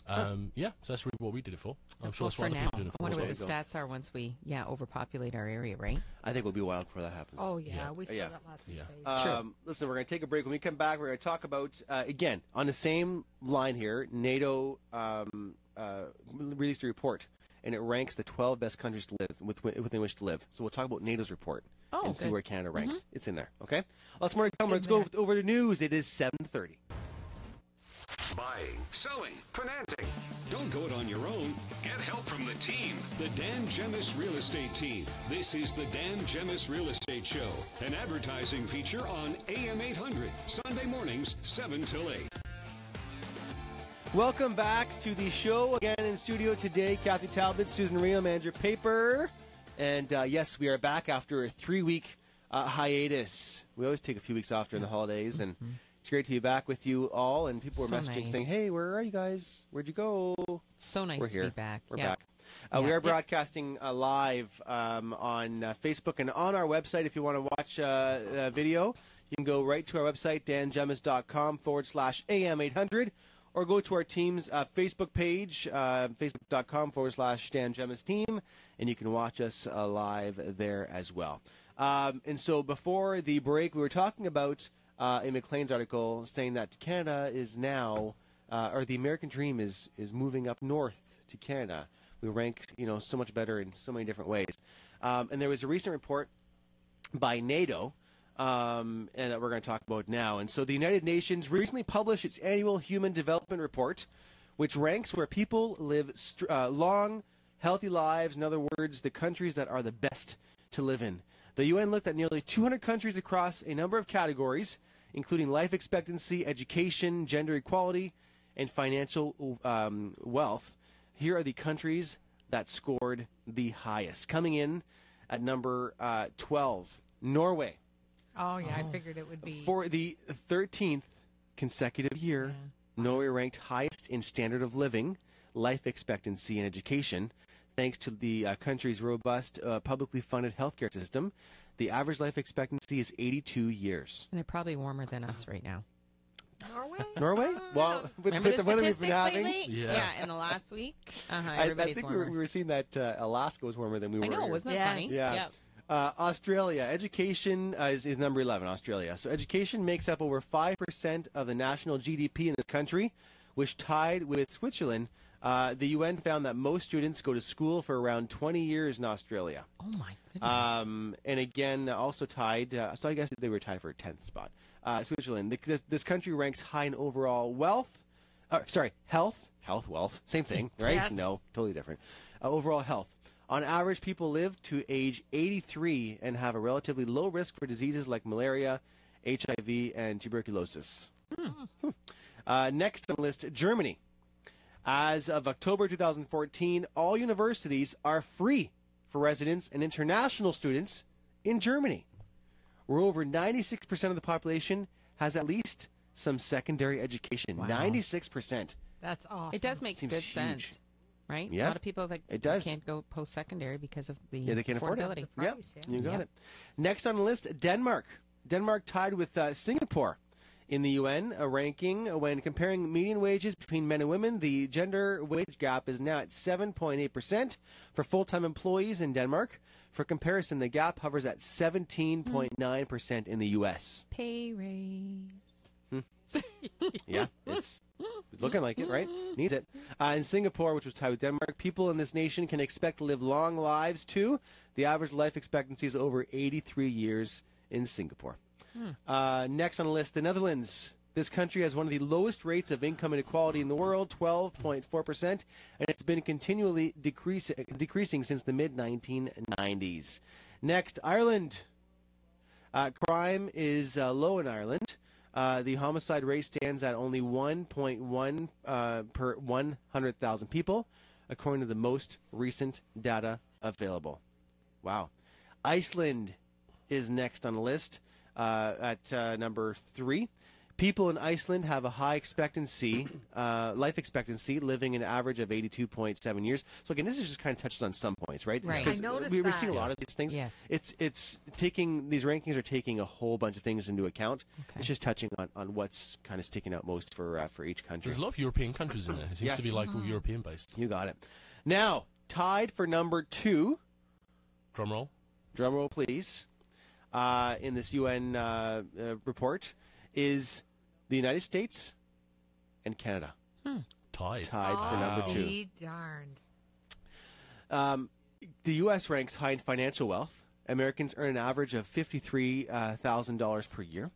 Speaker 5: Um, yeah, so that's really what we did it for. I'm sure
Speaker 4: well,
Speaker 5: that's
Speaker 4: for
Speaker 5: what other
Speaker 4: now, I
Speaker 5: people are doing it for.
Speaker 4: wonder
Speaker 5: as
Speaker 4: what
Speaker 5: well.
Speaker 4: the stats are once we, yeah, overpopulate our area, right?
Speaker 2: I think we'll be wild before that happens.
Speaker 3: Oh yeah,
Speaker 5: Yeah.
Speaker 3: we still
Speaker 2: Yeah.
Speaker 3: got lots
Speaker 5: Yeah.
Speaker 3: of space.
Speaker 2: Um,
Speaker 4: Sure.
Speaker 2: Listen, we're going to take a break. When we come back, we're going to talk about, uh, again, on the same line here, NATO um, uh, released a report, and it ranks the 12 best countries to live with, within which to live. So we'll talk about NATO's report
Speaker 4: Oh,
Speaker 2: and see
Speaker 4: good. Mm-hmm.
Speaker 2: where Canada ranks. It's in there, okay? Lots more to come. Let's go over to news. It is 7.30.
Speaker 1: Buying, selling, financing. Don't go it on your own. Get help from the team, the Dan Jemis Real Estate Team. This is the Dan Jemis Real Estate Show, an advertising feature on AM 800, Sunday mornings, 7 till 8.
Speaker 2: Welcome back to the show again in studio today. Kathy Talbot, Susan Rio, Manager Paper. And uh, yes, we are back after a three week uh, hiatus. We always take a few weeks off during the
Speaker 4: Mm-hmm.
Speaker 2: holidays, and it's great to be back with you all. And people were
Speaker 4: So
Speaker 2: messaging
Speaker 4: nice.
Speaker 2: saying, hey, where are you guys? Where'd you go?
Speaker 4: So nice
Speaker 2: we're
Speaker 4: to
Speaker 2: here.
Speaker 4: be back.
Speaker 2: We're
Speaker 4: yeah.
Speaker 2: back. Uh, We
Speaker 4: Yeah.
Speaker 2: are broadcasting uh, live um, on uh, Facebook and on our website. If you want to watch uh, uh, video, you can go right to our website, danjemis.com forward slash AM800, or go to our team's uh, Facebook page, uh, facebook.com forward slash danjemis team, and you can watch us uh, live there as well. Um, and so before the break, we were talking about uh, in McLean's article saying that Canada is now uh, or the American dream is is moving up north to Canada. We rank you know so much better in so many different ways. Um, and there was a recent report by NATO. Um, and that we're going to talk about now. And so the United Nations recently published its annual Human Development Report, which ranks where people live st- uh, long, healthy lives. In other words, the countries that are the best to live in. The UN looked at nearly 200 countries across a number of categories, including life expectancy, education, gender equality, and financial um, wealth. Here are the countries that scored the highest. Coming in at number uh, 12, Norway.
Speaker 3: Oh yeah, I figured it would be.
Speaker 2: For the 13th consecutive year, Norway ranked highest in standard of living, life expectancy, and education, thanks to the uh, country's robust, uh, publicly funded healthcare system. The average life expectancy is 82 years.
Speaker 4: And they're probably warmer than us right now.
Speaker 3: Norway.
Speaker 2: Norway? Well, with,
Speaker 4: Ah. Remember
Speaker 2: with
Speaker 4: the
Speaker 2: the weather we've
Speaker 4: statistics
Speaker 2: been having,
Speaker 4: lately?
Speaker 5: Yeah.
Speaker 4: in
Speaker 2: [LAUGHS]
Speaker 4: the last week, uh-huh,
Speaker 2: I, I
Speaker 4: everybody's
Speaker 2: think we
Speaker 4: warmer.
Speaker 2: were, we were seeing that uh, Alaska was warmer than we were.
Speaker 4: I know,
Speaker 2: here.
Speaker 4: wasn't that
Speaker 3: Yes.
Speaker 4: funny?
Speaker 2: Yeah.
Speaker 4: Yep.
Speaker 2: Uh, Australia, education uh, is, is number 11, Australia. So education makes up over 5% of the national GDP in the country, which tied with Switzerland. Uh, the UN found that most students go to school for around 20 years in Australia.
Speaker 4: Oh my goodness.
Speaker 2: Um, and again, also tied. Uh, so I guess they were tied for tenth spot. Uh, Switzerland. The, this, this country ranks high in overall wealth. Uh, sorry, health, health, wealth, same thing, right?
Speaker 3: Yes.
Speaker 2: No, totally different. Uh, overall health. On average, people live to age 83 and have a relatively low risk for diseases like malaria, HIV, and tuberculosis. Hmm. Uh, next on the list, Germany. As of October 2014, all universities are free for residents and international students in Germany, where over 96% of the population has at least some secondary education. 96%.
Speaker 3: That's awesome.
Speaker 4: it does make
Speaker 2: Seems
Speaker 4: good
Speaker 2: huge.
Speaker 4: sense, right?
Speaker 2: Yeah.
Speaker 4: A lot of people like
Speaker 2: It does.
Speaker 4: can't go post secondary because of the
Speaker 2: Yeah, they can't afford
Speaker 4: affordability.
Speaker 2: it.
Speaker 3: The
Speaker 2: Yep,
Speaker 3: price, yeah.
Speaker 2: you got it. Next on the list, Denmark. Denmark tied with uh, Singapore in the UN a ranking when comparing median wages between men and women. The gender wage gap is now at 7.8 percent for full-time employees in Denmark. For comparison, the gap hovers at 17.9 percent in the U.S.
Speaker 4: Pay raise.
Speaker 2: Yeah, it's it's looking like it, right? Needs it. Uh, in Singapore, which was tied with Denmark, people in this nation can expect to live long lives too. The average life expectancy is over 83 years in Singapore. Uh, next on the list, the Netherlands. This country has one of the lowest rates of income inequality in the world, 12.4%, and it's been continually decrease, decreasing since the mid 1990s. Next, Ireland. Uh, crime is uh, low in Ireland. Uh, the homicide rate stands at only 1.1 uh, per 100,000 people, according to the most recent data available. Wow. Iceland is next on the list uh, at uh, number three. People in Iceland have a high expectancy, uh, life expectancy, living an average of 82.7 years. So again, this is just kind of touches on some points, right? It's
Speaker 4: Right.
Speaker 2: 'cause
Speaker 3: I noticed
Speaker 2: we, we
Speaker 3: that.
Speaker 2: see a lot of these things.
Speaker 4: Yes.
Speaker 2: It's it's taking these rankings are taking a whole bunch of things into account.
Speaker 4: Okay.
Speaker 2: It's just touching on, on what's kind of sticking out most for uh, for each country.
Speaker 5: There's a lot of European countries in there. It seems
Speaker 2: Yes.
Speaker 5: to be like all
Speaker 4: Mm-hmm.
Speaker 5: European based.
Speaker 2: You got it. Now tied for number two.
Speaker 5: Drum roll.
Speaker 2: drum roll please, uh, in this UN uh, uh, report is the United States and Canada
Speaker 5: Tied.
Speaker 2: tied
Speaker 4: Oh,
Speaker 2: for number
Speaker 5: Wow.
Speaker 2: two.
Speaker 3: Be darned.
Speaker 2: Um, the U.S. ranks high in financial wealth. Americans earn an average of $53,000 per year.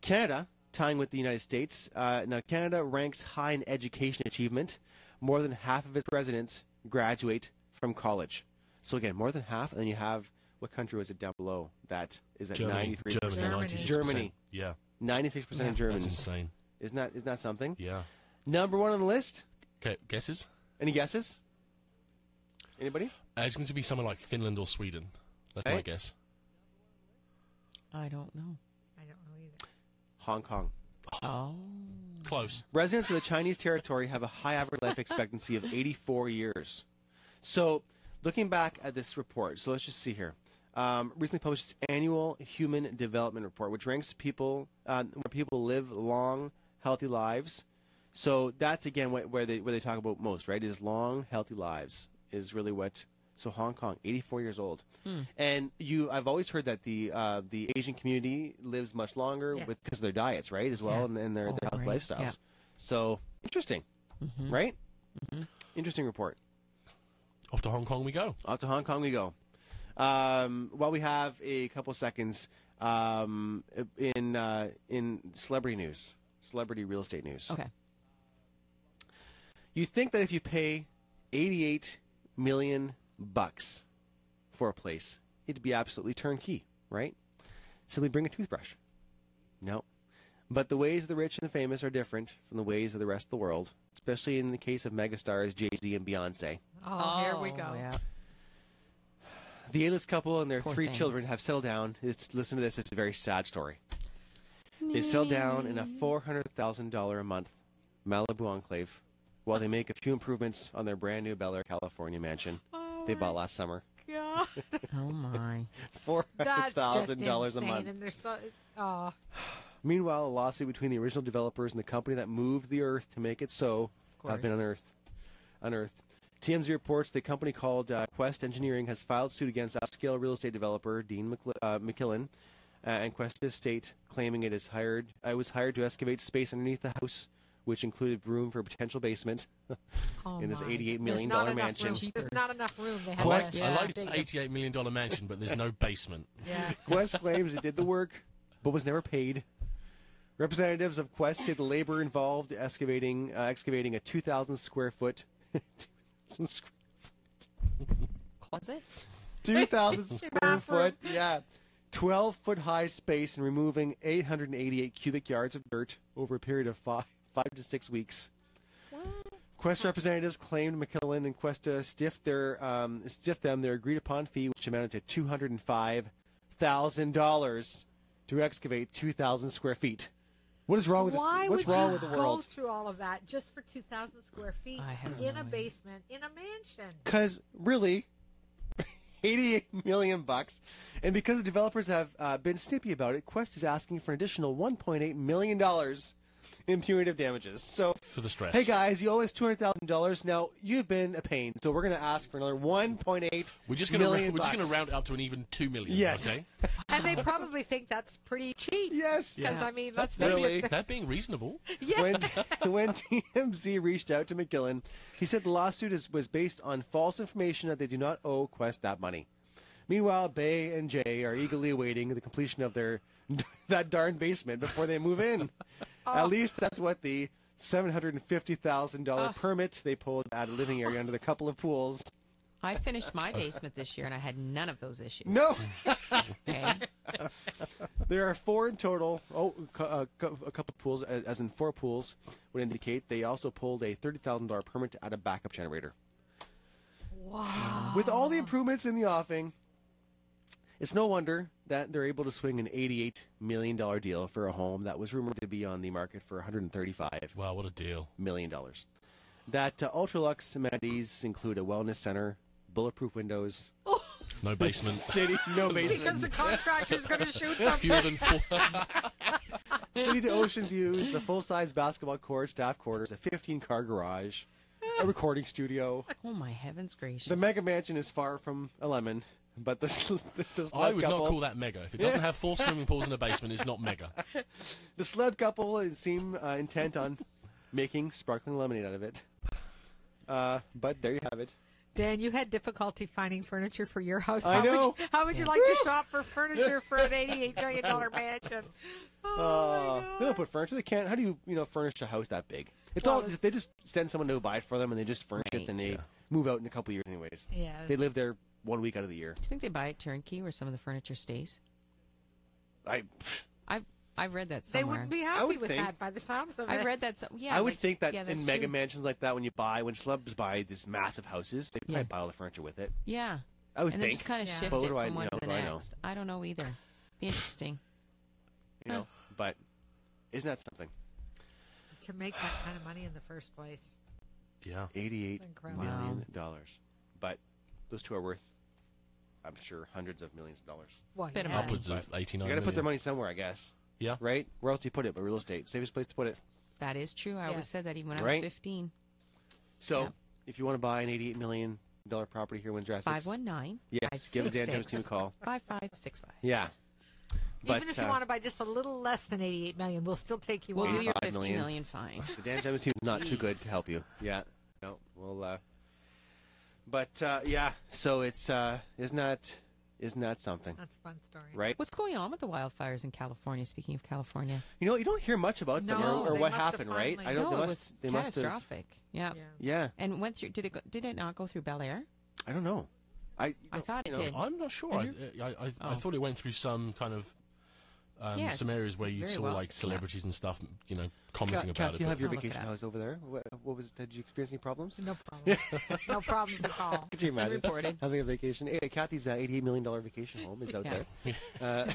Speaker 2: Canada, tying with the United States, uh, now Canada ranks high in education achievement. More than half of its residents graduate from college. So again, more than half, and then you have what country was it down below that is at
Speaker 5: Germany.
Speaker 2: 93
Speaker 5: Germany.
Speaker 3: Germany.
Speaker 5: 96%.
Speaker 2: Germany.
Speaker 5: Yeah.
Speaker 2: 96% of
Speaker 5: That's
Speaker 2: Germans.
Speaker 5: insane.
Speaker 2: Isn't that, isn't that something?
Speaker 5: Yeah.
Speaker 2: Number one on the list?
Speaker 5: Okay. Guesses?
Speaker 2: Any guesses? Anybody?
Speaker 5: Uh, it's going to be somewhere like Finland or Sweden. That's my
Speaker 2: Right.
Speaker 5: guess.
Speaker 4: I don't know.
Speaker 3: I don't know either.
Speaker 2: Hong Kong.
Speaker 4: Oh.
Speaker 5: Close.
Speaker 2: Residents of the Chinese territory have a high average life expectancy of 84 years. So, looking back at this report, so let's just see here. Um, recently published its annual Human Development Report, which ranks people uh, where people live long, healthy lives. So that's again wh- where they where they talk about most, right? Is long, healthy lives is really what. So Hong Kong, 84 years old,
Speaker 4: Hmm.
Speaker 2: and you. I've always heard that the uh, the Asian community lives much longer
Speaker 3: Yes.
Speaker 2: with because of their diets, right, as well,
Speaker 4: Yes.
Speaker 2: and, and their,
Speaker 4: Oh,
Speaker 2: their health
Speaker 4: right.
Speaker 2: lifestyles.
Speaker 4: Yeah. Mm-hmm.
Speaker 2: So interesting, right? Interesting report.
Speaker 5: Off to Hong Kong we go.
Speaker 2: Off to Hong Kong we go. Um, while we have a couple seconds um, in uh, in celebrity news, celebrity real estate news.
Speaker 3: Oh,
Speaker 4: Okay.
Speaker 2: You think that if you pay 88 million bucks for a place, it'd be absolutely turnkey, right? Simply bring a toothbrush. No. But the ways of the rich and the famous are different from the ways of the rest of the world, especially in the case of megastars Jay Z and Beyonce.
Speaker 3: Oh, here we go.
Speaker 4: yeah.
Speaker 2: The A-list couple and their
Speaker 4: Poor
Speaker 2: three
Speaker 4: things.
Speaker 2: children have settled down. It's, listen to this. It's a very sad story. They settle down in a four hundred thousand dollar a month Malibu enclave, while they make a few improvements on their brand new Bel Air, California mansion they bought last summer. [LAUGHS]
Speaker 3: God, [LAUGHS]
Speaker 4: Oh my.
Speaker 2: Four hundred
Speaker 3: that's just
Speaker 2: thousand dollars a
Speaker 3: insane.
Speaker 2: month.
Speaker 3: And there's so, oh,
Speaker 2: Meanwhile, a lawsuit between the original developers and the company that moved the earth to make it so have been
Speaker 4: course.
Speaker 2: unearthed. Unearthed. TMZ reports the company called uh, Quest Engineering has filed suit against upscale real estate developer Dean McL- uh, McKillen uh, and Quest Estate, claiming it is hired. I was hired to excavate space underneath the house, which included room for a potential basement
Speaker 3: oh
Speaker 2: in this
Speaker 3: my.
Speaker 2: eighty-eight
Speaker 3: There's
Speaker 2: million
Speaker 3: not
Speaker 2: dollar
Speaker 3: enough
Speaker 2: mansion.
Speaker 3: Room. There's not enough room. They have
Speaker 5: I
Speaker 2: Quest-
Speaker 3: to,
Speaker 5: like, I like
Speaker 3: dig
Speaker 5: this
Speaker 3: a-
Speaker 5: eighty-eight million dollar mansion, but [LAUGHS] there's no basement.
Speaker 3: Yeah.
Speaker 2: [LAUGHS] Quest claims it did the work, but was never paid. Representatives of Quest say the labor involved excavating uh, excavating a 2,000 square foot [LAUGHS] 2,000 squ-
Speaker 4: Closet?
Speaker 2: 2,000 square foot, yeah, 12 foot high space and removing 888 cubic yards of dirt over a period of five five to six weeks. Quest representatives claimed McKillen and Questa stiffed their um, stiffed them their agreed upon fee, which amounted to two hundred and five thousand dollars to excavate two thousand square feet. What is wrong with
Speaker 3: Why
Speaker 2: this? What's
Speaker 3: would
Speaker 2: wrong
Speaker 3: you
Speaker 2: with the
Speaker 3: go
Speaker 2: world?
Speaker 3: through all of that just for 2,000 square feet
Speaker 4: I have
Speaker 3: in
Speaker 4: no
Speaker 3: a
Speaker 4: idea.
Speaker 3: basement in a mansion?
Speaker 2: Because really, [LAUGHS] eighty-eight million bucks, and because the developers have uh, been snippy about it, Quest is asking for an additional one point eight million dollars in punitive damages. So
Speaker 5: for the stress.
Speaker 2: Hey guys, you owe us two hundred thousand dollars. Now you've been a pain, so we're gonna ask for another one point eight.
Speaker 5: we're just gonna
Speaker 2: million
Speaker 5: we're just gonna
Speaker 2: bucks.
Speaker 5: round it up to an even two million.
Speaker 2: Yes. [LAUGHS]
Speaker 5: Okay.
Speaker 3: And
Speaker 4: [LAUGHS]
Speaker 3: they probably think that's pretty cheap.
Speaker 2: Yes.
Speaker 3: Because, I mean, let's face
Speaker 2: Really?
Speaker 3: it.
Speaker 5: That being reasonable.
Speaker 2: When [LAUGHS] when TMZ reached out to McGillen, he said the lawsuit is, was based on false information that they do not owe Quest that money. Meanwhile, Bay and Jay are eagerly awaiting the completion of their [LAUGHS] that darn basement before they move in. At least that's what the seven hundred and fifty thousand dollar permit they pulled out of living area under the couple of pools.
Speaker 4: I finished my basement this year and I had none of those issues.
Speaker 2: No.
Speaker 4: Okay.
Speaker 2: There are four in total. Oh, cu- uh, cu- a couple pools, uh, as in four pools, would indicate they also pulled a thirty thousand dollar permit to add a backup generator. Wow! With all the improvements in the offing, it's no wonder that they're able to swing an eighty-eight million dollar deal for a home that was rumored to be on the market for one hundred and thirty-five
Speaker 5: Wow, what a deal.
Speaker 2: million dollars. That uh, ultralux amenities include a wellness center, bulletproof windows, [LAUGHS]
Speaker 5: No basement.
Speaker 2: city no basement,
Speaker 3: Because the contractor's going to shoot them.
Speaker 5: Fewer than four.
Speaker 2: City to ocean views, a full size basketball court, staff quarters, a 15 car garage, a recording studio.
Speaker 4: Oh my heavens gracious.
Speaker 2: The mega mansion is far from a lemon, but the, sl- [LAUGHS] the celeb
Speaker 5: [LAUGHS] I would
Speaker 2: couple,
Speaker 5: not call that mega. If it doesn't
Speaker 2: [LAUGHS]
Speaker 5: have four swimming pools in a basement, it's not mega.
Speaker 2: the celeb couple is- seem uh, intent on making sparkling lemonade out of it. Uh, but there you have it.
Speaker 3: Dan, you had difficulty finding furniture for your house.
Speaker 2: I
Speaker 3: how
Speaker 2: know.
Speaker 3: Would you, how would you like to shop for furniture for an $88 million
Speaker 2: [LAUGHS]
Speaker 3: mansion?
Speaker 2: Uh,
Speaker 3: Oh, my
Speaker 2: they
Speaker 3: God.
Speaker 2: don't put furniture. They can't. How do you you know furnish a house that big? It's all.
Speaker 3: Well, it's-
Speaker 2: They just send someone to buy it for them, and they just furnish it,
Speaker 4: Right.
Speaker 2: and they move out in a couple years, anyways.
Speaker 3: Yeah,
Speaker 2: They
Speaker 3: it's-
Speaker 2: live there one week out of the year.
Speaker 4: Do you think they buy it turnkey where some of the furniture stays?
Speaker 2: I
Speaker 4: I've I've read that
Speaker 3: They
Speaker 4: somewhere.
Speaker 3: wouldn't be
Speaker 2: I
Speaker 3: happy
Speaker 2: would
Speaker 3: with
Speaker 2: think-
Speaker 3: that by the sounds of it.
Speaker 4: I read that. So- yeah,
Speaker 2: I would
Speaker 4: like-
Speaker 2: think that
Speaker 4: yeah,
Speaker 2: in
Speaker 4: that's
Speaker 2: mega
Speaker 4: true.
Speaker 2: mansions like that, when you buy, when celebs buy these massive houses, they
Speaker 4: Yeah.
Speaker 2: probably buy all the furniture with it.
Speaker 4: Yeah,
Speaker 2: I would
Speaker 4: and they
Speaker 2: think.
Speaker 4: just kind of
Speaker 3: Yeah.
Speaker 4: shift
Speaker 2: But what
Speaker 4: it
Speaker 2: do I
Speaker 4: from one
Speaker 2: know?
Speaker 4: to the
Speaker 2: What do I know?
Speaker 4: next. I don't know either. Be interesting.
Speaker 2: you know, but isn't that something?
Speaker 3: To make that kind of money in the first place.
Speaker 5: Yeah.
Speaker 2: Eighty-eight
Speaker 3: It's incredible.
Speaker 2: million
Speaker 4: Wow.
Speaker 2: dollars, but those two are worth, I'm sure, hundreds of millions of dollars.
Speaker 3: Well,
Speaker 4: Bit of
Speaker 3: yeah.
Speaker 5: Upwards of
Speaker 2: You
Speaker 5: 89
Speaker 2: got to put their
Speaker 5: million.
Speaker 2: money somewhere, I guess.
Speaker 5: Yeah.
Speaker 2: Right? Where else do you put it but real estate? Safest place to put it.
Speaker 4: That is true. I always
Speaker 3: Yes.
Speaker 4: said that even when I
Speaker 2: Right?
Speaker 4: was 15.
Speaker 2: So,
Speaker 4: Yeah.
Speaker 2: if you want to buy an eighty-eight million dollar property here in Windsor, Essex,
Speaker 4: 519
Speaker 2: Yes, give the Dan Jones team a call.
Speaker 4: 5565.
Speaker 2: Yeah. But,
Speaker 3: Even if you
Speaker 2: uh,
Speaker 3: want to buy just a little less than 88 million, we'll still take you
Speaker 4: We'll
Speaker 3: on.
Speaker 4: do your
Speaker 2: 85
Speaker 4: fifty
Speaker 2: million.
Speaker 4: million fine. [LAUGHS]
Speaker 2: the Dan James team's not too good to
Speaker 4: Jeez.
Speaker 2: help you. Yeah. No. Well. Uh, but uh, yeah. So it's uh, isn't that isn't that something,
Speaker 3: That's a fun story.
Speaker 2: right?
Speaker 4: What's going on with the wildfires in California? Speaking of California,
Speaker 2: You know, you don't hear much about them
Speaker 3: No,
Speaker 2: or, or
Speaker 3: they
Speaker 2: what
Speaker 3: must have
Speaker 2: happened, right?
Speaker 3: finally-
Speaker 2: I don't.
Speaker 4: no,
Speaker 2: they
Speaker 4: it
Speaker 2: must,
Speaker 4: was
Speaker 2: they must have.
Speaker 4: catastrophic. Yeah.
Speaker 3: Yeah.
Speaker 2: Yeah.
Speaker 4: and went through. Did it? Go, did it not go through Bel Air?
Speaker 2: I don't know. I. you
Speaker 4: I
Speaker 2: know,
Speaker 4: thought it
Speaker 2: you know,
Speaker 4: did.
Speaker 5: I'm not sure. I, I, I, I
Speaker 4: Oh.
Speaker 5: thought it went through some kind of um,
Speaker 4: Yes,
Speaker 5: some areas where
Speaker 4: it's
Speaker 5: you
Speaker 4: very
Speaker 5: saw
Speaker 4: well
Speaker 5: like
Speaker 4: taken up.
Speaker 5: celebrities and stuff, you know, commenting
Speaker 2: Ca-
Speaker 5: about
Speaker 2: Kathy, you have
Speaker 5: it.
Speaker 2: your
Speaker 4: I'll look it
Speaker 2: vacation
Speaker 4: up.
Speaker 2: hours over there. What, what was? Did you experience any
Speaker 4: [LAUGHS]
Speaker 2: problems?
Speaker 3: No problem. no problems
Speaker 2: [LAUGHS]
Speaker 3: at all.
Speaker 2: Could you imagine
Speaker 4: reported.
Speaker 2: having a vacation? Eh, Kathy's uh, eighty-eight million dollar vacation home is out
Speaker 4: Yeah.
Speaker 2: there. Uh,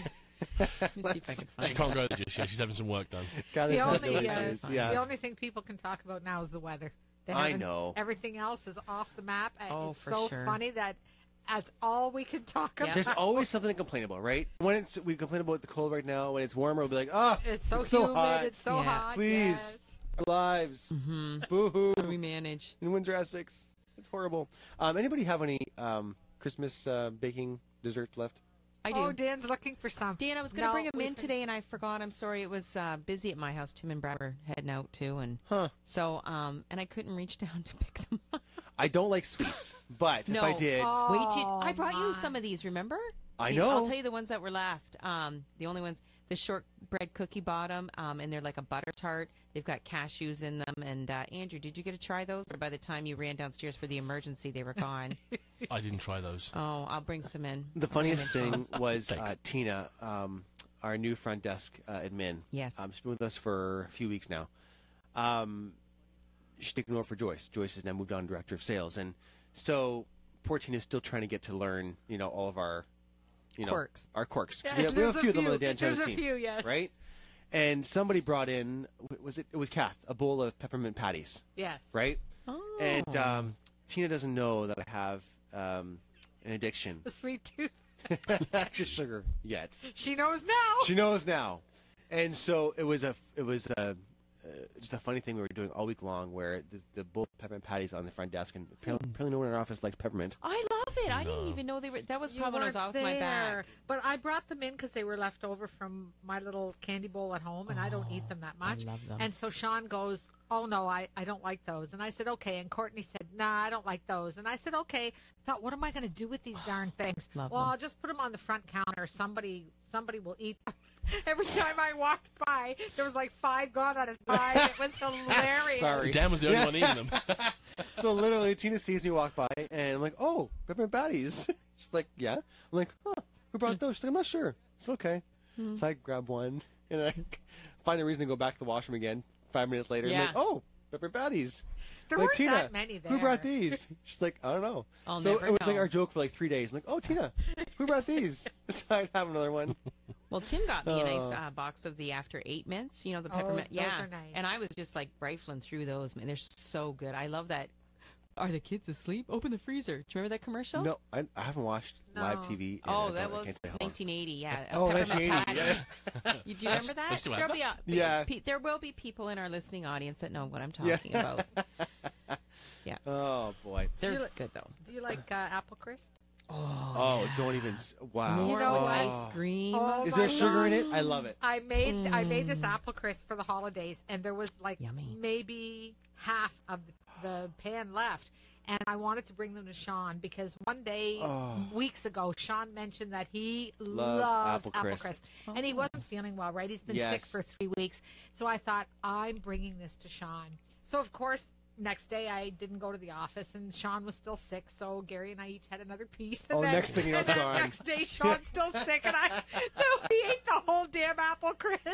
Speaker 4: Let me see if I can
Speaker 5: But she
Speaker 4: find
Speaker 5: can't go there just yet. She's having some work done.
Speaker 2: Kathy's
Speaker 3: The
Speaker 2: got
Speaker 4: That's
Speaker 2: no
Speaker 3: only,
Speaker 4: what it
Speaker 3: uh,
Speaker 2: issues.
Speaker 4: is,
Speaker 2: yeah.
Speaker 3: the only thing people can talk about now is the weather. They
Speaker 2: I
Speaker 3: haven't-
Speaker 2: know.
Speaker 3: Everything else is off the map. and
Speaker 4: Oh,
Speaker 3: it's
Speaker 4: for
Speaker 3: so
Speaker 4: sure.
Speaker 3: funny that that's all we can talk
Speaker 4: Yeah.
Speaker 3: about.
Speaker 2: There's always something to complain about, right? When it's we complain about the cold right now. When it's warmer, we'll be like, oh,
Speaker 3: It's so humid.
Speaker 2: hot.
Speaker 3: It's so Mm-hmm.
Speaker 4: Yeah.
Speaker 3: hot.
Speaker 2: Please.
Speaker 3: Yes.
Speaker 2: Our lives. Boo hoo.
Speaker 4: it. We manage.
Speaker 2: In Windsor, Essex, it's horrible. Um, anybody have any um, Christmas uh, baking dessert left?
Speaker 4: I do.
Speaker 3: Oh, Dan's looking for some.
Speaker 4: Dan, I was going to
Speaker 3: No,
Speaker 4: bring him
Speaker 3: we
Speaker 4: in
Speaker 3: fin-
Speaker 4: today, and I forgot. I'm sorry. It was uh, busy at my house. Tim and Brad were heading out too, and
Speaker 2: Huh.
Speaker 4: so um, and I couldn't reach down [LAUGHS] to pick them up.
Speaker 2: I don't like sweets, but
Speaker 4: No.
Speaker 2: if I did,
Speaker 3: Oh.
Speaker 4: Wait, you, I
Speaker 3: Oh,
Speaker 4: brought you
Speaker 3: my.
Speaker 4: some of these. Remember?
Speaker 2: I
Speaker 4: These-
Speaker 2: know.
Speaker 4: I'll tell you the ones that were left. Um, the only ones, the shortbread cookie bottom, um, and they're like a butter tart. They've got cashews in them. And uh, Andrew, did you get to try those? Or by the time you ran downstairs for the emergency, they
Speaker 2: [LAUGHS]
Speaker 4: were gone.
Speaker 5: I didn't
Speaker 4: [LAUGHS]
Speaker 5: try those.
Speaker 4: oh, I'll bring some in.
Speaker 2: the funniest thing
Speaker 3: [LAUGHS]
Speaker 2: was
Speaker 5: Thanks.
Speaker 2: uh, Tina, um, our new front desk uh, admin.
Speaker 4: Yes.
Speaker 2: um, she's been with us for a few weeks now. Um, she's taken over for Joyce. Joyce has now moved on to director of sales, and so poor Tina's still trying to get to learn, you know, all of our, you know,
Speaker 4: Quirks.
Speaker 2: our quirks. 'Cause
Speaker 3: Yeah,
Speaker 2: we have, we have
Speaker 3: there's
Speaker 2: a
Speaker 3: a
Speaker 2: few of them on the
Speaker 3: few.
Speaker 2: Dan Jones
Speaker 3: There's a
Speaker 2: team,
Speaker 3: few, yes.
Speaker 2: right? And somebody brought in w- was it it was Kath a bowl of peppermint patties,
Speaker 3: Yes.
Speaker 2: right? And
Speaker 3: Oh.
Speaker 2: um, Tina doesn't know that I have um, an addiction
Speaker 3: The sweet tooth.
Speaker 2: [LAUGHS] to sugar yet.
Speaker 3: She knows now.
Speaker 2: She knows now. And so it was a it was a uh, just a funny thing we were doing all week long where the, the bull peppermint patties on the front desk and apparently, apparently no one in our office likes peppermint.
Speaker 4: I love it. I didn't even know they were. That was
Speaker 3: You
Speaker 4: probably when I was
Speaker 3: weren't
Speaker 4: off my
Speaker 3: there.
Speaker 4: back.
Speaker 3: But I brought them in because they were left over from my little candy bowl at home, and I don't eat them that much.
Speaker 4: Oh, love them.
Speaker 3: And so Sean goes, "Oh no, I, I don't like those." And I said, "Okay." And Courtney said, "Nah, I don't like those." And I said, "Okay." Thought, what am I going to do with these darn things?
Speaker 4: [SIGHS] Love
Speaker 3: well,
Speaker 4: them.
Speaker 3: I'll just put them on the front counter. Somebody somebody will eat them. [LAUGHS] Every time I walked by, there was like five gone out of five. It
Speaker 4: [LAUGHS]
Speaker 3: was hilarious.
Speaker 2: Sorry.
Speaker 5: Dan was the only one eating them.
Speaker 2: so literally Tina sees me walk by and I'm like, Oh, peppermint patties. [LAUGHS] She's like, Yeah. I'm like, Huh, who brought those? She's like, I'm not sure. It's okay.
Speaker 3: Hmm.
Speaker 2: So I grab one and I [LAUGHS] find a reason to go back to the washroom again five minutes later. I'm
Speaker 4: Yeah.
Speaker 2: like, Oh, peppermint patties.
Speaker 3: There
Speaker 2: like,
Speaker 3: weren't
Speaker 2: Tina,
Speaker 3: that many there.
Speaker 2: Who brought
Speaker 3: [LAUGHS]
Speaker 2: these? She's like, I don't know.
Speaker 4: I'll
Speaker 2: so
Speaker 4: never
Speaker 2: it was like
Speaker 4: know.
Speaker 2: our joke for like three days. I'm like, oh, Tina, who brought
Speaker 3: [LAUGHS]
Speaker 2: these? [LAUGHS] so I'd have another one.
Speaker 4: Well, Tim got me a
Speaker 2: Oh.
Speaker 4: nice uh, box of the after eight mints. You know the
Speaker 3: Oh,
Speaker 4: peppermint.
Speaker 3: those
Speaker 4: yeah,
Speaker 3: are nice.
Speaker 4: and I was just like rifling through those. Man, they're so good. I love that. Are the kids asleep? Open the freezer. Do you remember that commercial?
Speaker 2: No, I, I haven't watched live
Speaker 3: No.
Speaker 2: TV. in- I
Speaker 4: Oh,
Speaker 2: don't-
Speaker 4: that
Speaker 2: I
Speaker 4: was
Speaker 2: can't say how long.
Speaker 4: 1980. Yeah. a
Speaker 2: Oh,
Speaker 4: peppermint
Speaker 2: 1980,
Speaker 4: patty. you do you remember
Speaker 5: they
Speaker 4: that?
Speaker 5: still have
Speaker 4: There'll
Speaker 5: that?
Speaker 4: be a,
Speaker 2: Yeah.
Speaker 4: pe- there will be people in our listening audience that know what I'm talking about. Yeah,
Speaker 2: Oh boy.
Speaker 4: [LAUGHS] they're
Speaker 3: look-
Speaker 4: good though.
Speaker 3: Do you like uh, apple crisp?
Speaker 2: Oh, don't even. s- Wow.
Speaker 3: You
Speaker 4: More
Speaker 3: know what?
Speaker 4: ice cream.
Speaker 3: Oh,
Speaker 2: Is
Speaker 3: my
Speaker 2: there sugar in it? I love
Speaker 4: [LAUGHS]
Speaker 2: it.
Speaker 3: I made I made this apple crisp for the holidays, and there was like
Speaker 4: Yummy.
Speaker 3: maybe half of the pan left. And I wanted to bring them to Sean because one day, weeks ago, Sean mentioned that he
Speaker 2: Loves
Speaker 3: Oh. loves,
Speaker 2: apple
Speaker 3: apple,
Speaker 2: crisp.
Speaker 3: crisp. And he wasn't feeling well, right? He's been sick
Speaker 2: Yes.
Speaker 3: for three weeks. So I thought, I'm bringing this to Sean. So, of course, next day I didn't go to the office and Sean was still sick. So Gary and I each had another piece. And
Speaker 2: Oh,
Speaker 3: then-
Speaker 2: next thing you know,
Speaker 3: and
Speaker 2: it's
Speaker 3: then
Speaker 2: gone.
Speaker 3: next
Speaker 2: [LAUGHS]
Speaker 3: day Sean's still sick, and I [LAUGHS] so we ate the whole damn apple crisp.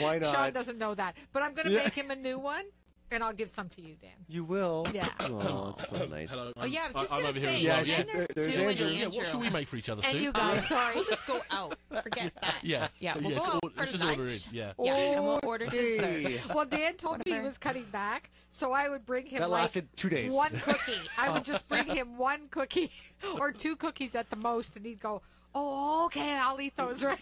Speaker 2: Why not?
Speaker 3: Sean doesn't know that, but I'm going to
Speaker 2: Yeah.
Speaker 3: make him a new one, and I'll give some to you, Dan.
Speaker 2: You will.
Speaker 3: [COUGHS] Yeah.
Speaker 2: Oh, that's so nice.
Speaker 5: Hello,
Speaker 4: Oh, yeah, I was just
Speaker 5: I'm
Speaker 4: gonna
Speaker 5: over here as
Speaker 4: say,
Speaker 5: well.
Speaker 2: Yeah,
Speaker 5: Yeah,
Speaker 2: she-
Speaker 4: and then
Speaker 2: there-
Speaker 4: there's Sue
Speaker 2: there's
Speaker 4: and
Speaker 2: Andrew.
Speaker 5: Yeah, what should we
Speaker 4: Andrew.
Speaker 5: make for each other,
Speaker 3: And
Speaker 5: Sue?
Speaker 3: you guys, sorry.
Speaker 4: We'll just go out. Forget that.
Speaker 5: [LAUGHS] Yeah,
Speaker 4: [LAUGHS] Yeah, we'll
Speaker 5: it's
Speaker 4: go out
Speaker 5: all-
Speaker 4: for
Speaker 5: it's just order
Speaker 4: lunch.
Speaker 5: in, Yeah.
Speaker 4: Yeah, and we'll order dessert.
Speaker 2: Hey.
Speaker 3: Well, Dan told me he
Speaker 4: Whatever.
Speaker 3: was cutting back, so I would bring him
Speaker 2: That
Speaker 3: like
Speaker 2: lasted two days.
Speaker 3: one cookie. I
Speaker 2: [LAUGHS]
Speaker 3: would just bring him one [LAUGHS] cookie or two cookies at the most, and he'd go, "Oh, okay, I'll eat those." [LAUGHS] Right?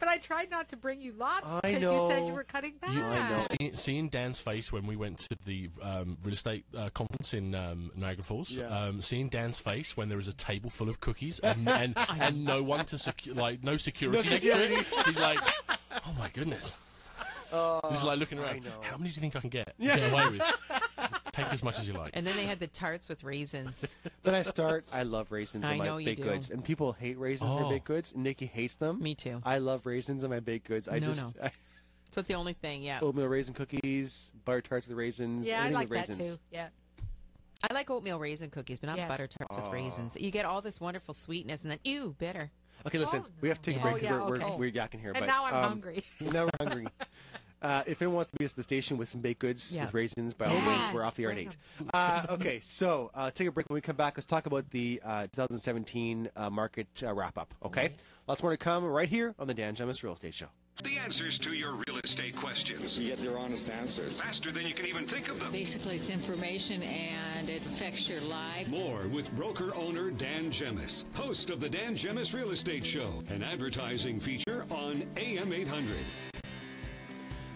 Speaker 3: But I tried not to bring you lots
Speaker 2: I
Speaker 3: because you said
Speaker 2: know.
Speaker 3: you were cutting back.
Speaker 5: You,
Speaker 2: I know.
Speaker 5: see- seeing Dan's face when we went to the um, real estate uh, conference in um, Niagara Falls,
Speaker 2: Yeah.
Speaker 5: um, seeing Dan's face when there was a table full of [LAUGHS] cookies and, and, and no one to secu- like no security next to it, he's like, oh my goodness. he's like looking around.
Speaker 2: know.
Speaker 5: How many do you think I can get? Get away with. [LAUGHS] Take as much as you like.
Speaker 4: And then they had the tarts with
Speaker 5: [LAUGHS]
Speaker 4: raisins.
Speaker 2: Then I start. I love raisins
Speaker 4: I
Speaker 2: in
Speaker 4: know
Speaker 2: my
Speaker 4: you
Speaker 2: baked
Speaker 4: do.
Speaker 2: goods, and people hate raisins in
Speaker 5: Oh.
Speaker 2: their baked goods. Nikki hates them.
Speaker 4: Me too.
Speaker 2: I love raisins in my baked goods. I
Speaker 4: No,
Speaker 2: just
Speaker 4: no.
Speaker 2: I,
Speaker 4: So the only thing, yeah.
Speaker 2: oatmeal raisin cookies, butter tarts with raisins.
Speaker 3: Yeah, I
Speaker 2: anything
Speaker 3: like
Speaker 2: with
Speaker 3: that
Speaker 2: raisins.
Speaker 3: too. Yeah.
Speaker 4: I like oatmeal raisin cookies, but not
Speaker 3: Yes.
Speaker 4: butter tarts with raisins. You get all this wonderful sweetness, and then ew, bitter.
Speaker 2: Okay, listen,
Speaker 3: Oh,
Speaker 2: we have to take a
Speaker 4: no.
Speaker 2: break
Speaker 4: Oh,
Speaker 2: because
Speaker 3: yeah,
Speaker 2: we're,
Speaker 3: okay.
Speaker 2: we're, we're yakking here.
Speaker 3: And
Speaker 2: but,
Speaker 3: now I'm
Speaker 2: um,
Speaker 3: hungry.
Speaker 2: now we're hungry. [LAUGHS] Uh, if anyone wants to be us at the station with some baked goods
Speaker 4: Yeah.
Speaker 2: with raisins, by all means,
Speaker 3: Yes,
Speaker 2: we're off the air at
Speaker 3: bring
Speaker 2: eight. Uh, okay, so uh, take a break. When we come back, let's talk about the uh, 2017 uh, market uh, wrap up. Okay, lots more to come right here on the Dan Jemis Real Estate Show.
Speaker 1: The answers to your real estate questions.
Speaker 9: You get their honest answers.
Speaker 1: Faster than you can even think of them.
Speaker 7: Basically, it's information and it affects your life.
Speaker 1: More with broker owner Dan Jemis, host of the Dan Jemis Real Estate Show, an advertising feature on AM 800.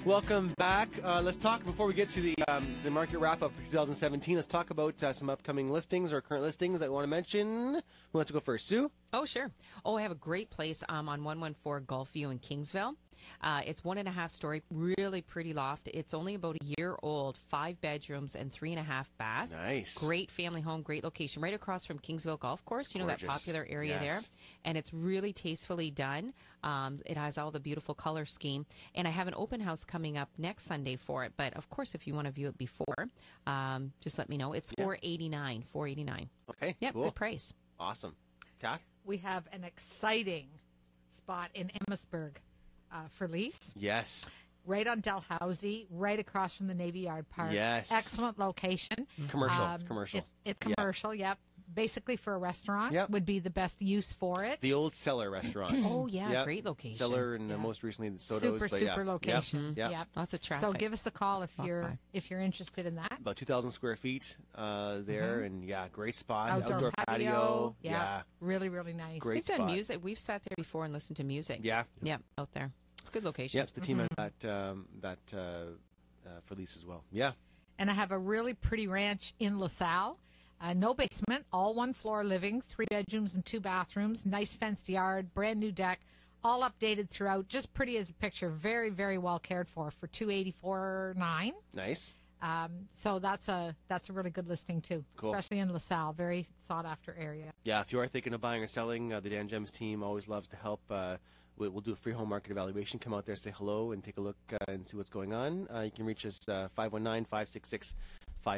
Speaker 2: Welcome back. Uh, let's talk before we get to the um, the market wrap up for 2017. Let's talk about uh, some upcoming listings or current listings that we want to mention. Who wants to go first? Sue.
Speaker 4: Oh, sure. Oh, I have a great place um, on 114 Gulfview in Kingsville. Uh, it's one and a half story, really pretty loft. It's only about a year old, five bedrooms and three and a half bath.
Speaker 2: Nice.
Speaker 4: Great family home, great location, right across from Kingsville Golf Course. You know that
Speaker 2: Gorgeous.
Speaker 4: popular area there?
Speaker 2: Yes.
Speaker 4: And it's really tastefully done. Um, it has all the beautiful color scheme. And I have an open house coming up next Sunday for it. But of course, if you want to view it before, um, just let me know. It's 489 489
Speaker 2: Okay.
Speaker 4: Yep,
Speaker 2: Cool.
Speaker 4: good price.
Speaker 2: Awesome. Kath.
Speaker 3: We have an exciting spot in Emmitsburg uh, for lease.
Speaker 2: Yes.
Speaker 3: right on Dalhousie, right across from the Navy Yard Park.
Speaker 2: Yes.
Speaker 3: Excellent location.
Speaker 2: Commercial. It's commercial.
Speaker 3: It's, it's
Speaker 2: Yeah.
Speaker 3: commercial, yep. Basically for a restaurant
Speaker 2: Yep.
Speaker 3: would be the best use for it.
Speaker 2: The old cellar restaurant.
Speaker 4: Oh, yeah, great location.
Speaker 2: Cellar and uh, most recently the Soto's.
Speaker 3: super,
Speaker 2: but
Speaker 3: super
Speaker 2: yeah. Yep, Mm-hmm.
Speaker 3: location.
Speaker 2: Yep.
Speaker 3: Yep.
Speaker 4: Lots of
Speaker 3: So
Speaker 4: traffic.
Speaker 3: give us a call if
Speaker 4: Walk
Speaker 3: you're
Speaker 4: by.
Speaker 3: if you're interested in that.
Speaker 2: About 2,000 square feet uh, there, and yeah, great spot.
Speaker 3: Outdoor, patio.
Speaker 2: Yeah.
Speaker 3: Yeah. Really, really nice.
Speaker 2: Great
Speaker 4: We've
Speaker 2: spot.
Speaker 4: done music. We've sat there before and listened to music.
Speaker 2: Yeah.
Speaker 4: Yeah, out there. It's a good location.
Speaker 2: Yep. The team has that um, that uh, uh, for lease as well. Yeah.
Speaker 3: And I have a really pretty ranch in LaSalle. Uh, no basement, all one floor living, three bedrooms and two bathrooms, nice fenced yard, brand new deck, all updated throughout. Just pretty as a picture, very very well cared for for two eighty four nine.
Speaker 2: Nice.
Speaker 3: Um, so that's a that's a really good listing too,
Speaker 2: Cool.
Speaker 3: especially in LaSalle, very sought after area.
Speaker 2: Yeah. If you are thinking of buying or selling, uh, the Dan Gems team always loves to help. Uh, we- We'll do a free home market evaluation. Come out there, say hello, and take a look uh, and see what's going on. Uh, you can reach us 519 566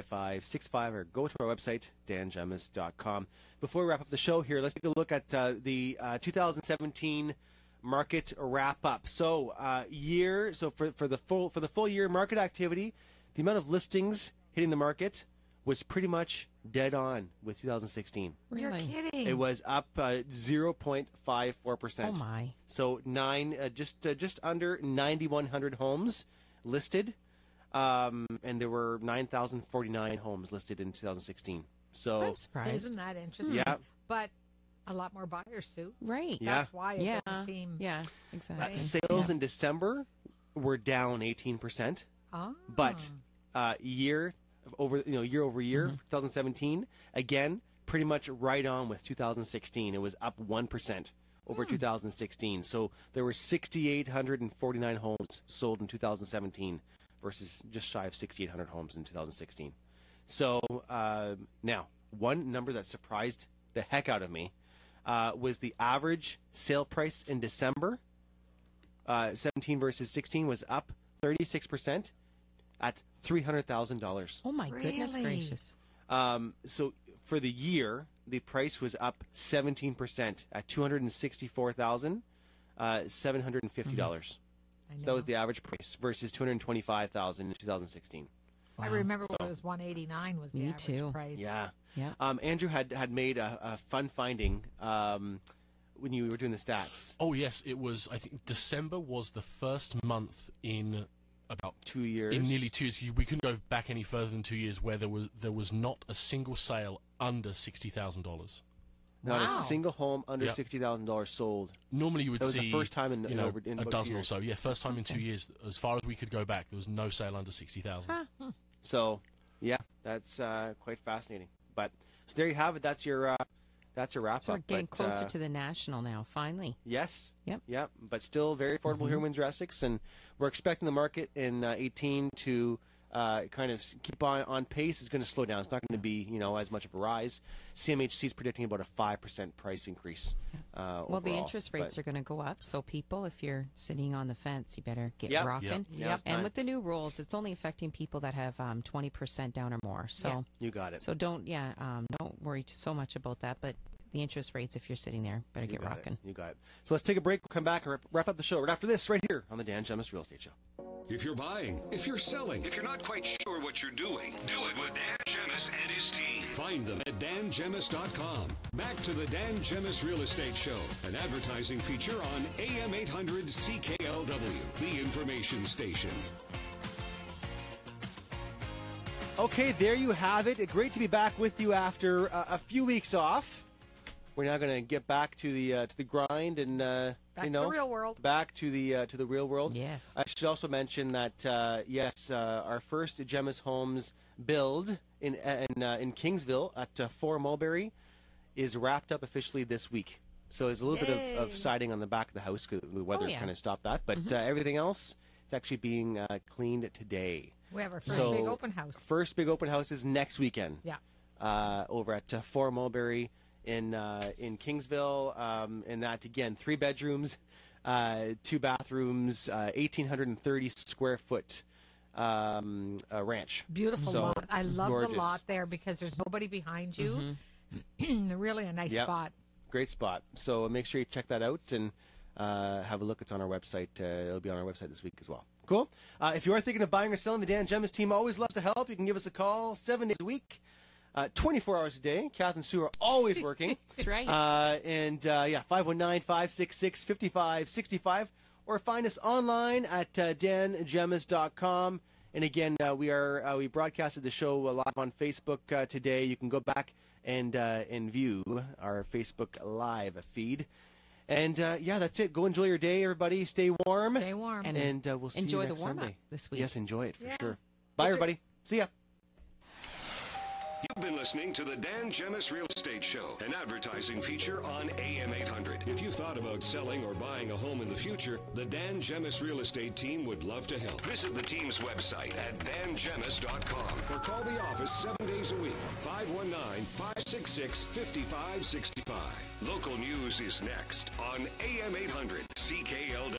Speaker 2: 5565 or go to our website, danjemis.com. Before we wrap up the show here, let's take a look at uh, the uh, 2017 market wrap up. So, uh, year, so for, for, the full, for the full year market activity, the amount of listings hitting the market was pretty much dead on with 2016.
Speaker 4: Really?
Speaker 3: You're kidding.
Speaker 2: It was up uh, zero point five four
Speaker 4: Oh
Speaker 2: percent.
Speaker 4: my.
Speaker 2: So nine, uh, just uh, just under ninety one hundred homes listed, um, and there were nine thousand forty nine homes listed in two thousand sixteen. So
Speaker 4: I'm surprised.
Speaker 3: Isn't that interesting?
Speaker 2: Yeah.
Speaker 3: But a lot more buyers, Sue.
Speaker 4: Right.
Speaker 2: Yeah.
Speaker 3: That's why it
Speaker 4: Yeah.
Speaker 3: doesn't seem.
Speaker 4: Yeah,
Speaker 2: uh,
Speaker 4: Exactly.
Speaker 2: sales in December were down eighteen percent,
Speaker 3: Ah.
Speaker 2: but uh, year over you know year over year two thousand seventeen again pretty much right on with two thousand sixteen. It was up one percent. Over 2016, so there were 6,849 homes sold in 2017 versus just shy of 6,800 homes in 2016. So uh, now, one number that surprised the heck out of me uh, was the average sale price in December. Uh, 17 versus 16 was up 36 percent at three hundred thousand dollars.
Speaker 4: oh my goodness
Speaker 3: Really?
Speaker 4: gracious.
Speaker 2: Um, so for the year, the price was up seventeen percent at two hundred and sixty-four thousand uh, seven hundred and fifty dollars. So that was the average price versus two hundred twenty-five thousand in two thousand sixteen.
Speaker 3: I
Speaker 4: Wow.
Speaker 3: remember when it was 189 was the
Speaker 4: Me
Speaker 3: average
Speaker 4: too.
Speaker 3: price.
Speaker 2: Yeah.
Speaker 4: Yeah.
Speaker 2: Um, Andrew had had made a, a fun finding um, when you were doing the stats
Speaker 5: Oh yes, it was. I think December was the first month in about
Speaker 2: two years
Speaker 5: in nearly two years. We couldn't go back any further than two years where there was there was not a single sale under sixty thousand dollars.
Speaker 2: Not a
Speaker 3: Wow.
Speaker 2: single home under
Speaker 5: Yeah.
Speaker 2: sixty thousand dollars sold.
Speaker 5: Normally, you would
Speaker 2: That was the
Speaker 5: see
Speaker 2: first time in-
Speaker 5: you
Speaker 2: in
Speaker 5: know,
Speaker 2: over- in
Speaker 5: a
Speaker 2: about two
Speaker 5: dozen or
Speaker 2: years.
Speaker 5: so. Yeah, first time in two years. As far as we could go back, there was no sale under sixty thousand.
Speaker 2: So, yeah, that's uh, quite fascinating. But so there you have it. That's your uh, that's your wrap
Speaker 4: So
Speaker 2: up.
Speaker 4: we're getting
Speaker 2: But,
Speaker 4: closer
Speaker 2: uh,
Speaker 4: to the national now, finally.
Speaker 2: Yes.
Speaker 4: Yep. Mm-hmm.
Speaker 2: Yep. But still very affordable here in Windsor Essex, and we're expecting the market in uh, 18 to uh, kind of s- keep on on pace. It's going to slow down. It's not going to be you know as much of a rise. CMHC is predicting about a five percent price increase. Uh,
Speaker 4: Well, the interest rates are going to go up, so people, if you're sitting on the fence, you better get
Speaker 2: Yep.
Speaker 4: rocking.
Speaker 2: Yep. Now's time.
Speaker 4: And with the new rules, it's only affecting people that have um, 20% down or more. So,
Speaker 3: Yeah.
Speaker 2: You got it.
Speaker 4: so don't yeah, um, don't worry t- so much about that. But the interest rates, if you're sitting there, better
Speaker 2: you
Speaker 4: get
Speaker 2: got
Speaker 4: rocking.
Speaker 2: It. You got it. So let's take a break. We'll come back and wrap- wrap up the show right after this, right here on the Dan Jemis Real Estate Show.
Speaker 1: If you're buying, if you're selling, if you're not quite sure what you're doing, do it with Dan Jemis and his team. Find them at danjemis.com. Back to the Dan Jemis Real Estate Show, an advertising feature on AM 800 CKLW, the information station.
Speaker 2: Okay, there you have it. Great to be back with you after uh, a few weeks off. We're now going to get back to the uh, to the grind and uh,
Speaker 3: Back
Speaker 2: you
Speaker 3: to the
Speaker 2: know
Speaker 3: real world.
Speaker 2: Back to the uh, to the real world.
Speaker 4: Yes.
Speaker 2: I should also mention that uh, yes, uh, our first Gemma's Homes build in in, uh, in Kingsville at uh, Four Mulberry is wrapped up officially this week. So there's a little bit of, of siding on the back of the house 'cause the weather
Speaker 4: Oh, yeah. Mm-hmm.
Speaker 2: kind of stopped that, but uh, everything else it's actually being uh, cleaned today.
Speaker 3: We have our first big open house.
Speaker 2: First big open house is next weekend.
Speaker 3: Yeah.
Speaker 2: Uh, over at uh, Four Mulberry in uh, in Kingsville, um, and that again three bedrooms, uh, two bathrooms, uh, eighteen hundred and thirty square foot um, uh, ranch.
Speaker 3: Beautiful
Speaker 2: So,
Speaker 3: lot. I love
Speaker 2: gorgeous.
Speaker 3: the lot there because there's nobody behind you. [CLEARS THROAT] really a nice
Speaker 2: Mm-hmm. Yep.
Speaker 3: spot.
Speaker 2: Great spot. So make sure you check that out and uh, have a look. It's on our website. Uh, it'll be on our website this week as well. Cool. Uh, if you are thinking of buying or selling, the Dan Gemmas team always loves to help. You can give us a call seven days a week, uh, 24 hours a day. Kath and Sue are always
Speaker 3: [LAUGHS]
Speaker 2: working.
Speaker 4: That's right.
Speaker 2: Uh, and uh, yeah, 519 566 5565. Or find us online at uh, dangemmas.com. And again, uh, we are uh, we broadcasted the show uh, live on Facebook uh, today. You can go back and uh, and view our Facebook live feed. And uh, yeah, that's it. Go enjoy your day, everybody. Stay warm.
Speaker 3: Stay warm.
Speaker 4: And-
Speaker 2: And uh, we'll see
Speaker 4: Enjoy
Speaker 2: you
Speaker 4: the
Speaker 2: next
Speaker 4: warm-up
Speaker 2: Sunday.
Speaker 4: this week.
Speaker 2: Yes, enjoy it for sure. Bye, everybody. See ya.
Speaker 1: You've been listening to the Dan Jemis Real Estate Show, an advertising feature on AM 800. If you've thought about selling or buying a home in the future, the Dan Jemis Real Estate team would love to help. Visit the team's website at danjemis.com or call the office seven days a week, 519 566 5565. Local news is next on AM 800 CKLW.